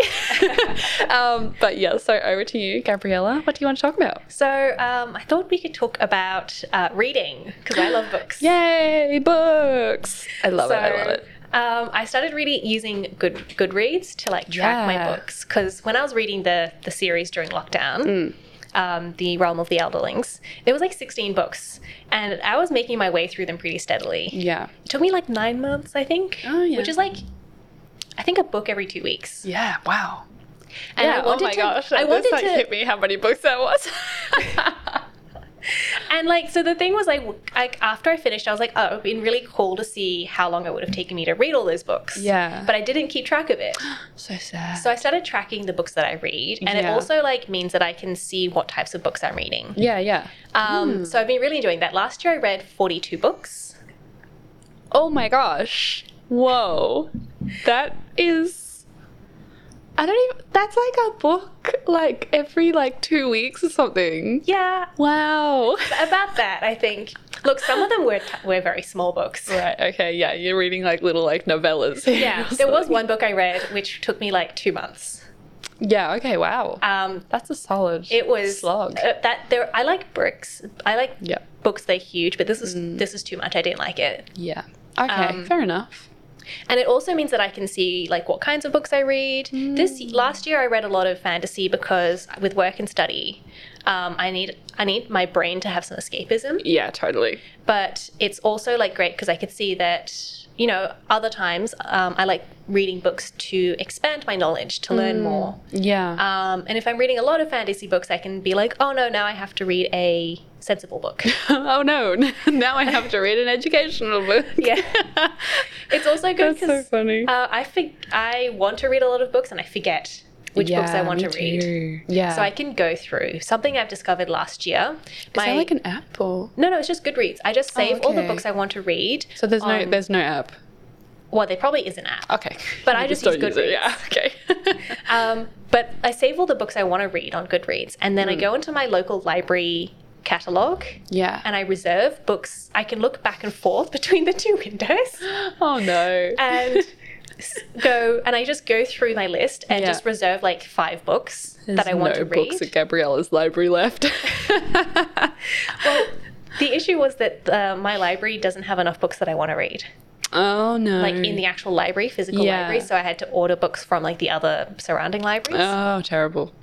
Speaker 1: um, but yeah, so over to you, Gabriella. What do you want to talk about?
Speaker 2: So um, I thought we could talk about uh, reading because I love books.
Speaker 1: Yay, books! I love
Speaker 2: So,
Speaker 1: it, I love it.
Speaker 2: Um, I started really using Good Goodreads to like
Speaker 1: Yeah.
Speaker 2: track my books because when I was reading the the series during
Speaker 1: Mm.
Speaker 2: lockdown, um, the Realm of the Elderlings, there was like sixteen books, and I was making my way through them pretty steadily.
Speaker 1: Yeah.
Speaker 2: It took me like nine months, I think,
Speaker 1: Mm. Oh, yeah.
Speaker 2: which is like I think a book every two weeks.
Speaker 1: Yeah, wow.
Speaker 2: And
Speaker 1: yeah,
Speaker 2: I wanted
Speaker 1: oh my
Speaker 2: to,
Speaker 1: gosh.
Speaker 2: I wanted
Speaker 1: this, like,
Speaker 2: to
Speaker 1: hit me how many books that was.
Speaker 2: And like, so the thing was like, w- like after I finished, I was like, oh, it'd been really cool to see how long it would have taken me to read all those books.
Speaker 1: Yeah.
Speaker 2: But I didn't keep track of it.
Speaker 1: so sad.
Speaker 2: So I started tracking the books that I read, and it
Speaker 1: Yeah.
Speaker 2: also like means that I can see what types of books I'm reading.
Speaker 1: yeah, yeah.
Speaker 2: Um, So I've been really enjoying that. Last year I read 42 books.
Speaker 1: Oh my gosh. Whoa. That is I don't even that's like a book like every like 2 weeks or something.
Speaker 2: Yeah,
Speaker 1: Wow.
Speaker 2: about that I think. Look, some of them were t- were very small books.
Speaker 1: Right, okay. Yeah, you're reading like little like novellas. here
Speaker 2: Yeah,
Speaker 1: or
Speaker 2: there was
Speaker 1: something.
Speaker 2: one book I read which took me like two months.
Speaker 1: Yeah, okay. Wow.
Speaker 2: Um,
Speaker 1: that's a solid
Speaker 2: it was
Speaker 1: slog.
Speaker 2: uh, that there. I like bricks. I like
Speaker 1: yeah. Mm.
Speaker 2: books they're huge but this is this is too much i didn't like it
Speaker 1: Yeah. Okay,
Speaker 2: Um,
Speaker 1: fair enough.
Speaker 2: and it also means that i can see like what kinds of books i read this
Speaker 1: Mm.
Speaker 2: last year i read a lot of fantasy because with work and study um, i need i need my brain to have some escapism
Speaker 1: Yeah, totally.
Speaker 2: but it's also like great because i could see that you know other times um, i like reading books to expand my knowledge to
Speaker 1: Mm.
Speaker 2: learn more
Speaker 1: Yeah.
Speaker 2: um, and if i'm reading a lot of fantasy books i can be like oh no now i have to read a sensible book.
Speaker 1: oh no, now I have to read an educational book.
Speaker 2: Yeah. It's also good
Speaker 1: That's so
Speaker 2: because
Speaker 1: funny.
Speaker 2: uh, I fig- I want to read a lot of books and I forget which books I want to read.
Speaker 1: Yeah.
Speaker 2: So I can go through something I've discovered last year.
Speaker 1: Is that like an app or?
Speaker 2: no, no, it's just Goodreads. I just save all the
Speaker 1: okay.
Speaker 2: books I want to read.
Speaker 1: So there's no
Speaker 2: on-
Speaker 1: there's no app.
Speaker 2: well, there probably is an app.
Speaker 1: Okay.
Speaker 2: But
Speaker 1: You
Speaker 2: I just use
Speaker 1: don't it, Yeah. Okay.
Speaker 2: Um, but I save all the books I want to read on Goodreads, and
Speaker 1: Hmm.
Speaker 2: then I go into my local library catalog
Speaker 1: yeah.
Speaker 2: and I reserve books. I can look back and forth between the two windows
Speaker 1: oh no.
Speaker 2: and s- go, and I just go through my list and
Speaker 1: Yeah.
Speaker 2: just reserve like five books that I
Speaker 1: There's
Speaker 2: want
Speaker 1: no
Speaker 2: to read.
Speaker 1: books at Gabriella's library left.
Speaker 2: the issue was that uh, my library doesn't have enough books that I want to read,
Speaker 1: oh no.
Speaker 2: like in the actual library, physical
Speaker 1: Yeah.
Speaker 2: library. So I had to order books from like the other surrounding libraries.
Speaker 1: Oh, terrible.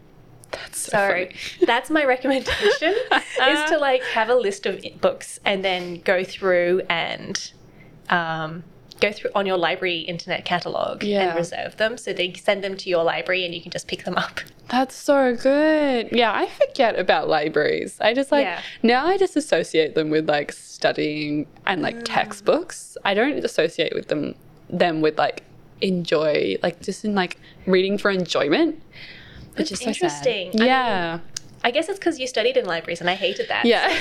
Speaker 1: That's so Uh-huh.
Speaker 2: So that's my recommendation is to like have a list of i- books and then go through and um, go through on your library internet catalog
Speaker 1: Yeah.
Speaker 2: and reserve them. So they send them to your library and you can just pick them up.
Speaker 1: That's so good. Yeah, I forget about libraries. I just like
Speaker 2: Yeah.
Speaker 1: now I just associate them with like studying and
Speaker 2: Mm.
Speaker 1: like textbooks. I don't associate with them them with like enjoy like just in like reading for enjoyment. Which
Speaker 2: That's
Speaker 1: is so sad.
Speaker 2: interesting. I mean-
Speaker 1: Yeah.
Speaker 2: I guess it's because you studied in libraries and I hated that.
Speaker 1: yeah.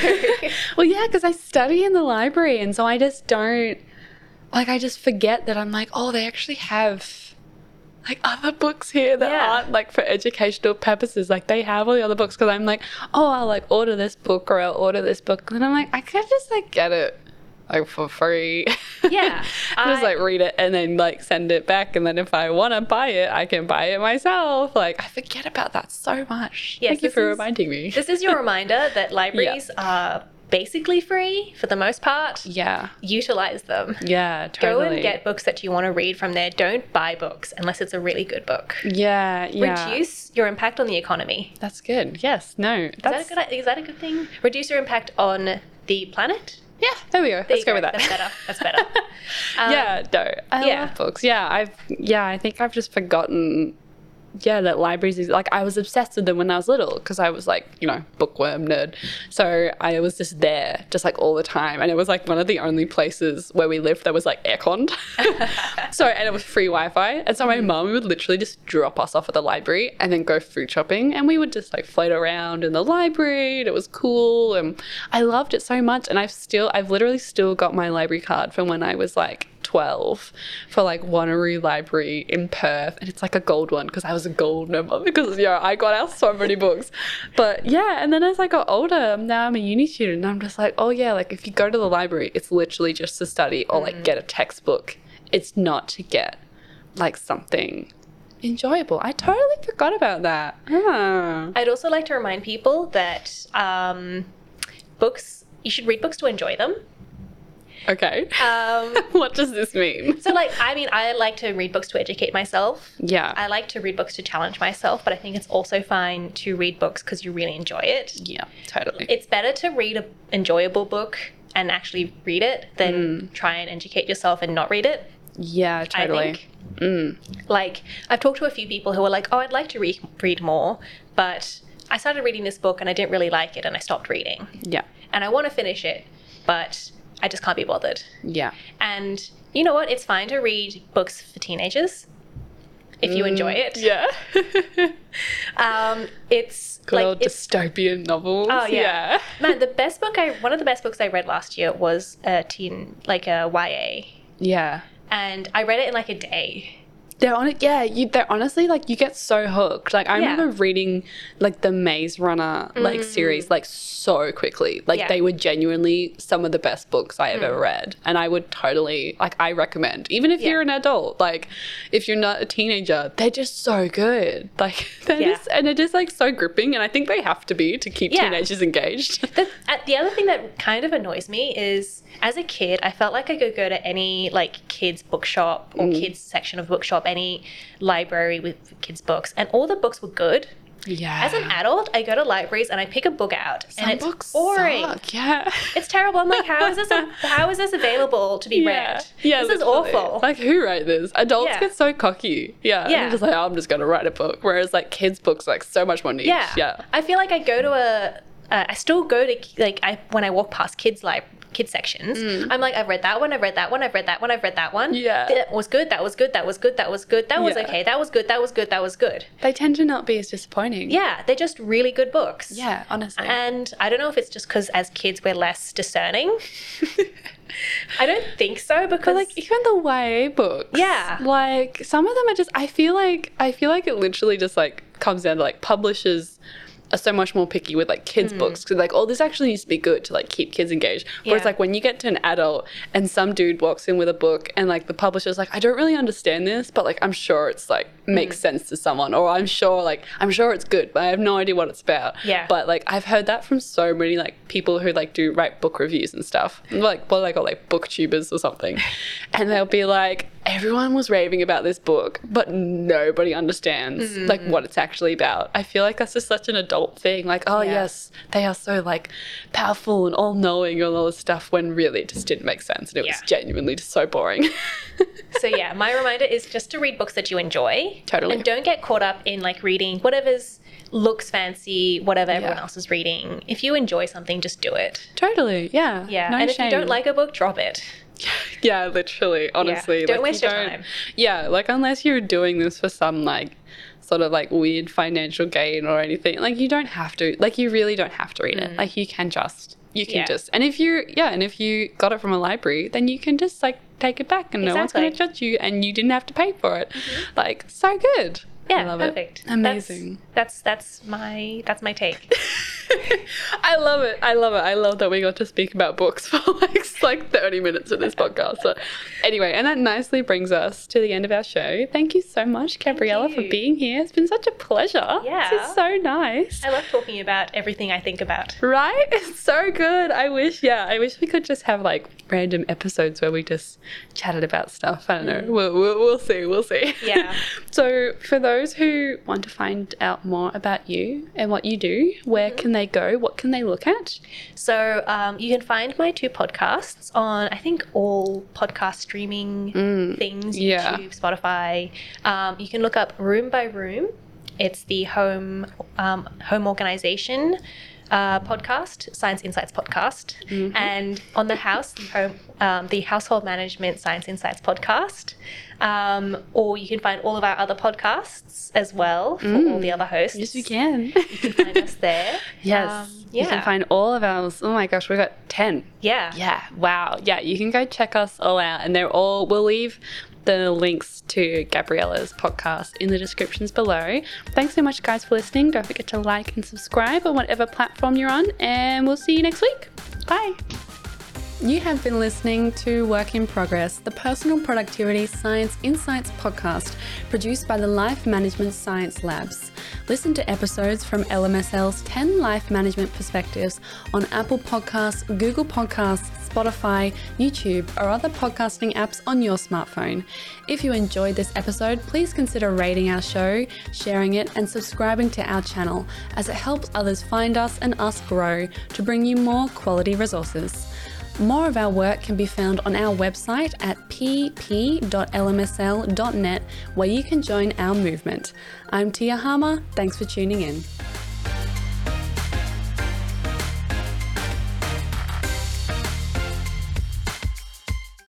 Speaker 1: well, yeah, because I study in the library and so I just don't like I just forget that I'm like, oh, they actually have like other books here that
Speaker 2: Yeah.
Speaker 1: aren't like for educational purposes. Like they have all the other books because I'm like, oh, I'll like order this book or I'll order this book, and I'm like, I could just like get it like for free.
Speaker 2: Yeah,
Speaker 1: just
Speaker 2: I-
Speaker 1: like read it and then like send it back, and then if I want to buy it, I can buy it myself. Like I forget about that so much.
Speaker 2: Yes,
Speaker 1: Thank you
Speaker 2: this
Speaker 1: for
Speaker 2: is-
Speaker 1: reminding me.
Speaker 2: This is your reminder that libraries are basically free for the most part.
Speaker 1: yeah.
Speaker 2: Utilize them.
Speaker 1: Yeah,
Speaker 2: Go
Speaker 1: totally.
Speaker 2: and get books that you want to read from there. Don't buy books unless it's a really good book.
Speaker 1: Yeah, yeah.
Speaker 2: Reduce your impact on the economy.
Speaker 1: That's good. Yes. No.
Speaker 2: Is
Speaker 1: That's
Speaker 2: that, a good, is that a good thing? Reduce your impact on the planet?
Speaker 1: Yeah. There we go.
Speaker 2: There
Speaker 1: Let's
Speaker 2: you
Speaker 1: go with that.
Speaker 2: That's better. That's better. Um,
Speaker 1: yeah. No. I
Speaker 2: yeah.
Speaker 1: love books. Yeah. I've. Yeah. I think I've just forgotten. Yeah, that libraries is like I was obsessed with them when I was little because I was like, you know, bookworm nerd. So I was just there, just like all the time. And it was like one of the only places where we lived that was like airconned. so, and it was free Wi Fi. And so my mum would literally just drop us off at the library and then go food shopping. And we would just like float around in the library and it was cool. And I loved it so much. And I've still, I've literally still got my library card from when I was like 12 for like Wanneroo Library in Perth. And it's like a gold one because I was a gold member because, you know, I got out so many books. But yeah, and then as I got older, now I'm a uni student and I'm just like, oh yeah, like if you go to the library, it's literally just to study or
Speaker 2: Mm.
Speaker 1: like get a textbook. It's not to get like something enjoyable. I totally forgot about that. Yeah.
Speaker 2: I'd also like to remind people that um, books, you should read books to enjoy them.
Speaker 1: Okay.
Speaker 2: Um,
Speaker 1: what does this mean?
Speaker 2: so, like, I mean, I like to read books to educate myself.
Speaker 1: Yeah.
Speaker 2: I like to read books to challenge myself, but I think it's also fine to read books because you really enjoy it.
Speaker 1: yeah, totally.
Speaker 2: It's better to read an enjoyable book and actually read it than try and educate yourself and not read it.
Speaker 1: yeah, totally.
Speaker 2: I think. Like, I've talked to a few people who are like, oh, I'd like to re- read more, but I started reading this book and I didn't really like it and I stopped reading.
Speaker 1: Yeah.
Speaker 2: And I want to finish it, but I just can't be bothered.
Speaker 1: Yeah.
Speaker 2: And you know what? It's fine to read books for teenagers if you enjoy it.
Speaker 1: Mm, Yeah.
Speaker 2: Um, it's
Speaker 1: Good old
Speaker 2: like, it's,
Speaker 1: dystopian novels.
Speaker 2: Oh, yeah. man, the best book I, one of the best books I read last year was a teen, like a YA.
Speaker 1: Yeah.
Speaker 2: And I read it in like a day.
Speaker 1: They're on it. Yeah, you, they're honestly like you get so hooked. Like I
Speaker 2: Yeah. Mm.
Speaker 1: remember reading like the Maze Runner like series like so quickly. Like
Speaker 2: Yeah. Mm.
Speaker 1: they were genuinely some of the best books I ever read, and I would totally like I recommend even if
Speaker 2: Yeah.
Speaker 1: you're an adult. Like if you're not a teenager, they're just so good. Like they're
Speaker 2: Yeah.
Speaker 1: just and it is like so gripping, and I think they have to be to keep
Speaker 2: Yeah.
Speaker 1: teenagers engaged.
Speaker 2: The, uh, the other thing that kind of annoys me is as a kid, I felt like I could go to any like kids bookshop or
Speaker 1: Mm.
Speaker 2: kids section of bookshop, any library with kids books, and all the books were good.
Speaker 1: yeah.
Speaker 2: As an adult, I go to libraries and I pick a book out,
Speaker 1: Some
Speaker 2: and it's
Speaker 1: books
Speaker 2: boring.
Speaker 1: suck, Yeah.
Speaker 2: It's terrible. I'm like, how is this? how is this available to be read?
Speaker 1: Yeah,
Speaker 2: this
Speaker 1: literally.
Speaker 2: is awful.
Speaker 1: Like who wrote this? Adults
Speaker 2: Yeah.
Speaker 1: get so cocky. Yeah.
Speaker 2: Yeah.
Speaker 1: They're just like, "Oh, I'm just gonna write a book. Whereas like kids' books are, like so much more niche.
Speaker 2: yeah.
Speaker 1: Yeah.
Speaker 2: I feel like I go to a uh, I still go to like I when I walk past kids like kids sections, I'm like I've read that one, I've read that one, I've read that one, I've read that one.
Speaker 1: Mm. Yeah.
Speaker 2: that was good. That was good. That was good. That was good. That was
Speaker 1: Yeah.
Speaker 2: okay. That was good. That was good. That was good.
Speaker 1: They tend to not be as disappointing.
Speaker 2: Yeah, they're just really good books.
Speaker 1: Yeah, honestly.
Speaker 2: And I don't know if it's just because as kids we're less discerning. I don't think so because
Speaker 1: But like even the YA books.
Speaker 2: Yeah.
Speaker 1: Like some of them are just I feel like I feel like it literally just like comes down to like publishers are so much more picky with like kids
Speaker 2: Hmm.
Speaker 1: books because like oh this actually needs to be good to like keep kids engaged whereas
Speaker 2: Yeah.
Speaker 1: like when you get to an adult and some dude walks in with a book and like the publisher's like i don't really understand this but like i'm sure it's like makes
Speaker 2: Hmm.
Speaker 1: sense to someone or i'm sure like i'm sure it's good but i have no idea what it's about
Speaker 2: Yeah.
Speaker 1: but like i've heard that from so many like people who like do write book reviews and stuff like well they got like booktubers or something and they'll be like everyone was raving about this book but nobody understands like what it's actually about i feel like that's just such an adult thing like oh
Speaker 2: Yeah.
Speaker 1: yes they are so like powerful and all-knowing and all this stuff when really it just didn't make sense and it was
Speaker 2: Yeah.
Speaker 1: genuinely just so boring
Speaker 2: so yeah, my reminder is just to read books that you enjoy.
Speaker 1: Totally.
Speaker 2: And don't get caught up in like reading whatever's looks fancy, whatever everyone
Speaker 1: Yeah.
Speaker 2: else is reading. If you enjoy something, just do it.
Speaker 1: totally yeah
Speaker 2: Yeah.
Speaker 1: no
Speaker 2: and if you don't
Speaker 1: shame.
Speaker 2: like a book, drop it.
Speaker 1: Yeah, literally, honestly.
Speaker 2: Don't
Speaker 1: like,
Speaker 2: waste
Speaker 1: you
Speaker 2: your time.
Speaker 1: Yeah, like unless you're doing this for some like sort of like weird financial gain or anything, like you don't have to. Like you really don't have to read it. Like you can just you can
Speaker 2: Mm. Yeah.
Speaker 1: just and if you yeah, and if you got it from a library, then you can just like take it back and no one's gonna
Speaker 2: Exactly. Mm-hmm.
Speaker 1: judge you and you didn't have to pay for it. Like so good.
Speaker 2: Yeah,
Speaker 1: I love
Speaker 2: perfect.
Speaker 1: it. Amazing.
Speaker 2: That's, that's that's my that's my take.
Speaker 1: I love it. I love it. I love that we got to speak about books for like like 30 minutes of this podcast. So anyway, and that nicely brings us to the end of our show. Thank you so much, Gabriella, for
Speaker 2: you.
Speaker 1: being here. It's been such a pleasure. This
Speaker 2: Yeah.
Speaker 1: is so nice.
Speaker 2: I love talking about everything I think about.
Speaker 1: Right? It's so good. I wish, yeah, I wish we could just have like random episodes where we just chatted about stuff. I don't know. We'll, we'll, we'll see. We'll see.
Speaker 2: Mm. Yeah.
Speaker 1: so, for those who want to find out more about you and what you do, where
Speaker 2: Mm-hmm.
Speaker 1: can they go? What can they look at?
Speaker 2: So um, you can find my two podcasts on, I think, all podcast streaming things
Speaker 1: Mm, yeah.
Speaker 2: YouTube, Spotify. Um, you can look up Room by Room. It's the home um, home organization uh, podcast, Science Insights podcast,
Speaker 1: Mm-hmm.
Speaker 2: and on the house the home um, the household management Science Insights podcast. Um, or you can find all of our other podcasts as well for all the other hosts.
Speaker 1: Mm. Yes, we can.
Speaker 2: You can find us there.
Speaker 1: Yes.
Speaker 2: Um,
Speaker 1: You can
Speaker 2: yeah.
Speaker 1: find all of ours. Oh my gosh, we got 10.
Speaker 2: Yeah.
Speaker 1: Yeah. Wow. Yeah. You can go check us all out. And they're all, we'll leave the links to Gabriella's podcast in the descriptions below. Thanks so much, guys, for listening. Don't forget to like and subscribe on whatever platform you're on. And we'll see you next week. Bye. You have been listening to Work in Progress, the Personal Productivity Science Insights podcast produced by the Life Management Science Labs. Listen to episodes from LMSL's 10 life management perspectives on Apple Podcasts, Google Podcasts, Spotify, YouTube, or other podcasting apps on your smartphone. If you enjoyed this episode, please consider rating our show, sharing it, and subscribing to our channel as it helps others find us and us grow to bring you more quality resources. More of our work can be found on our website at pp.lmsl.net, where you can join our movement. I'm Tia Harmer. Thanks for tuning in.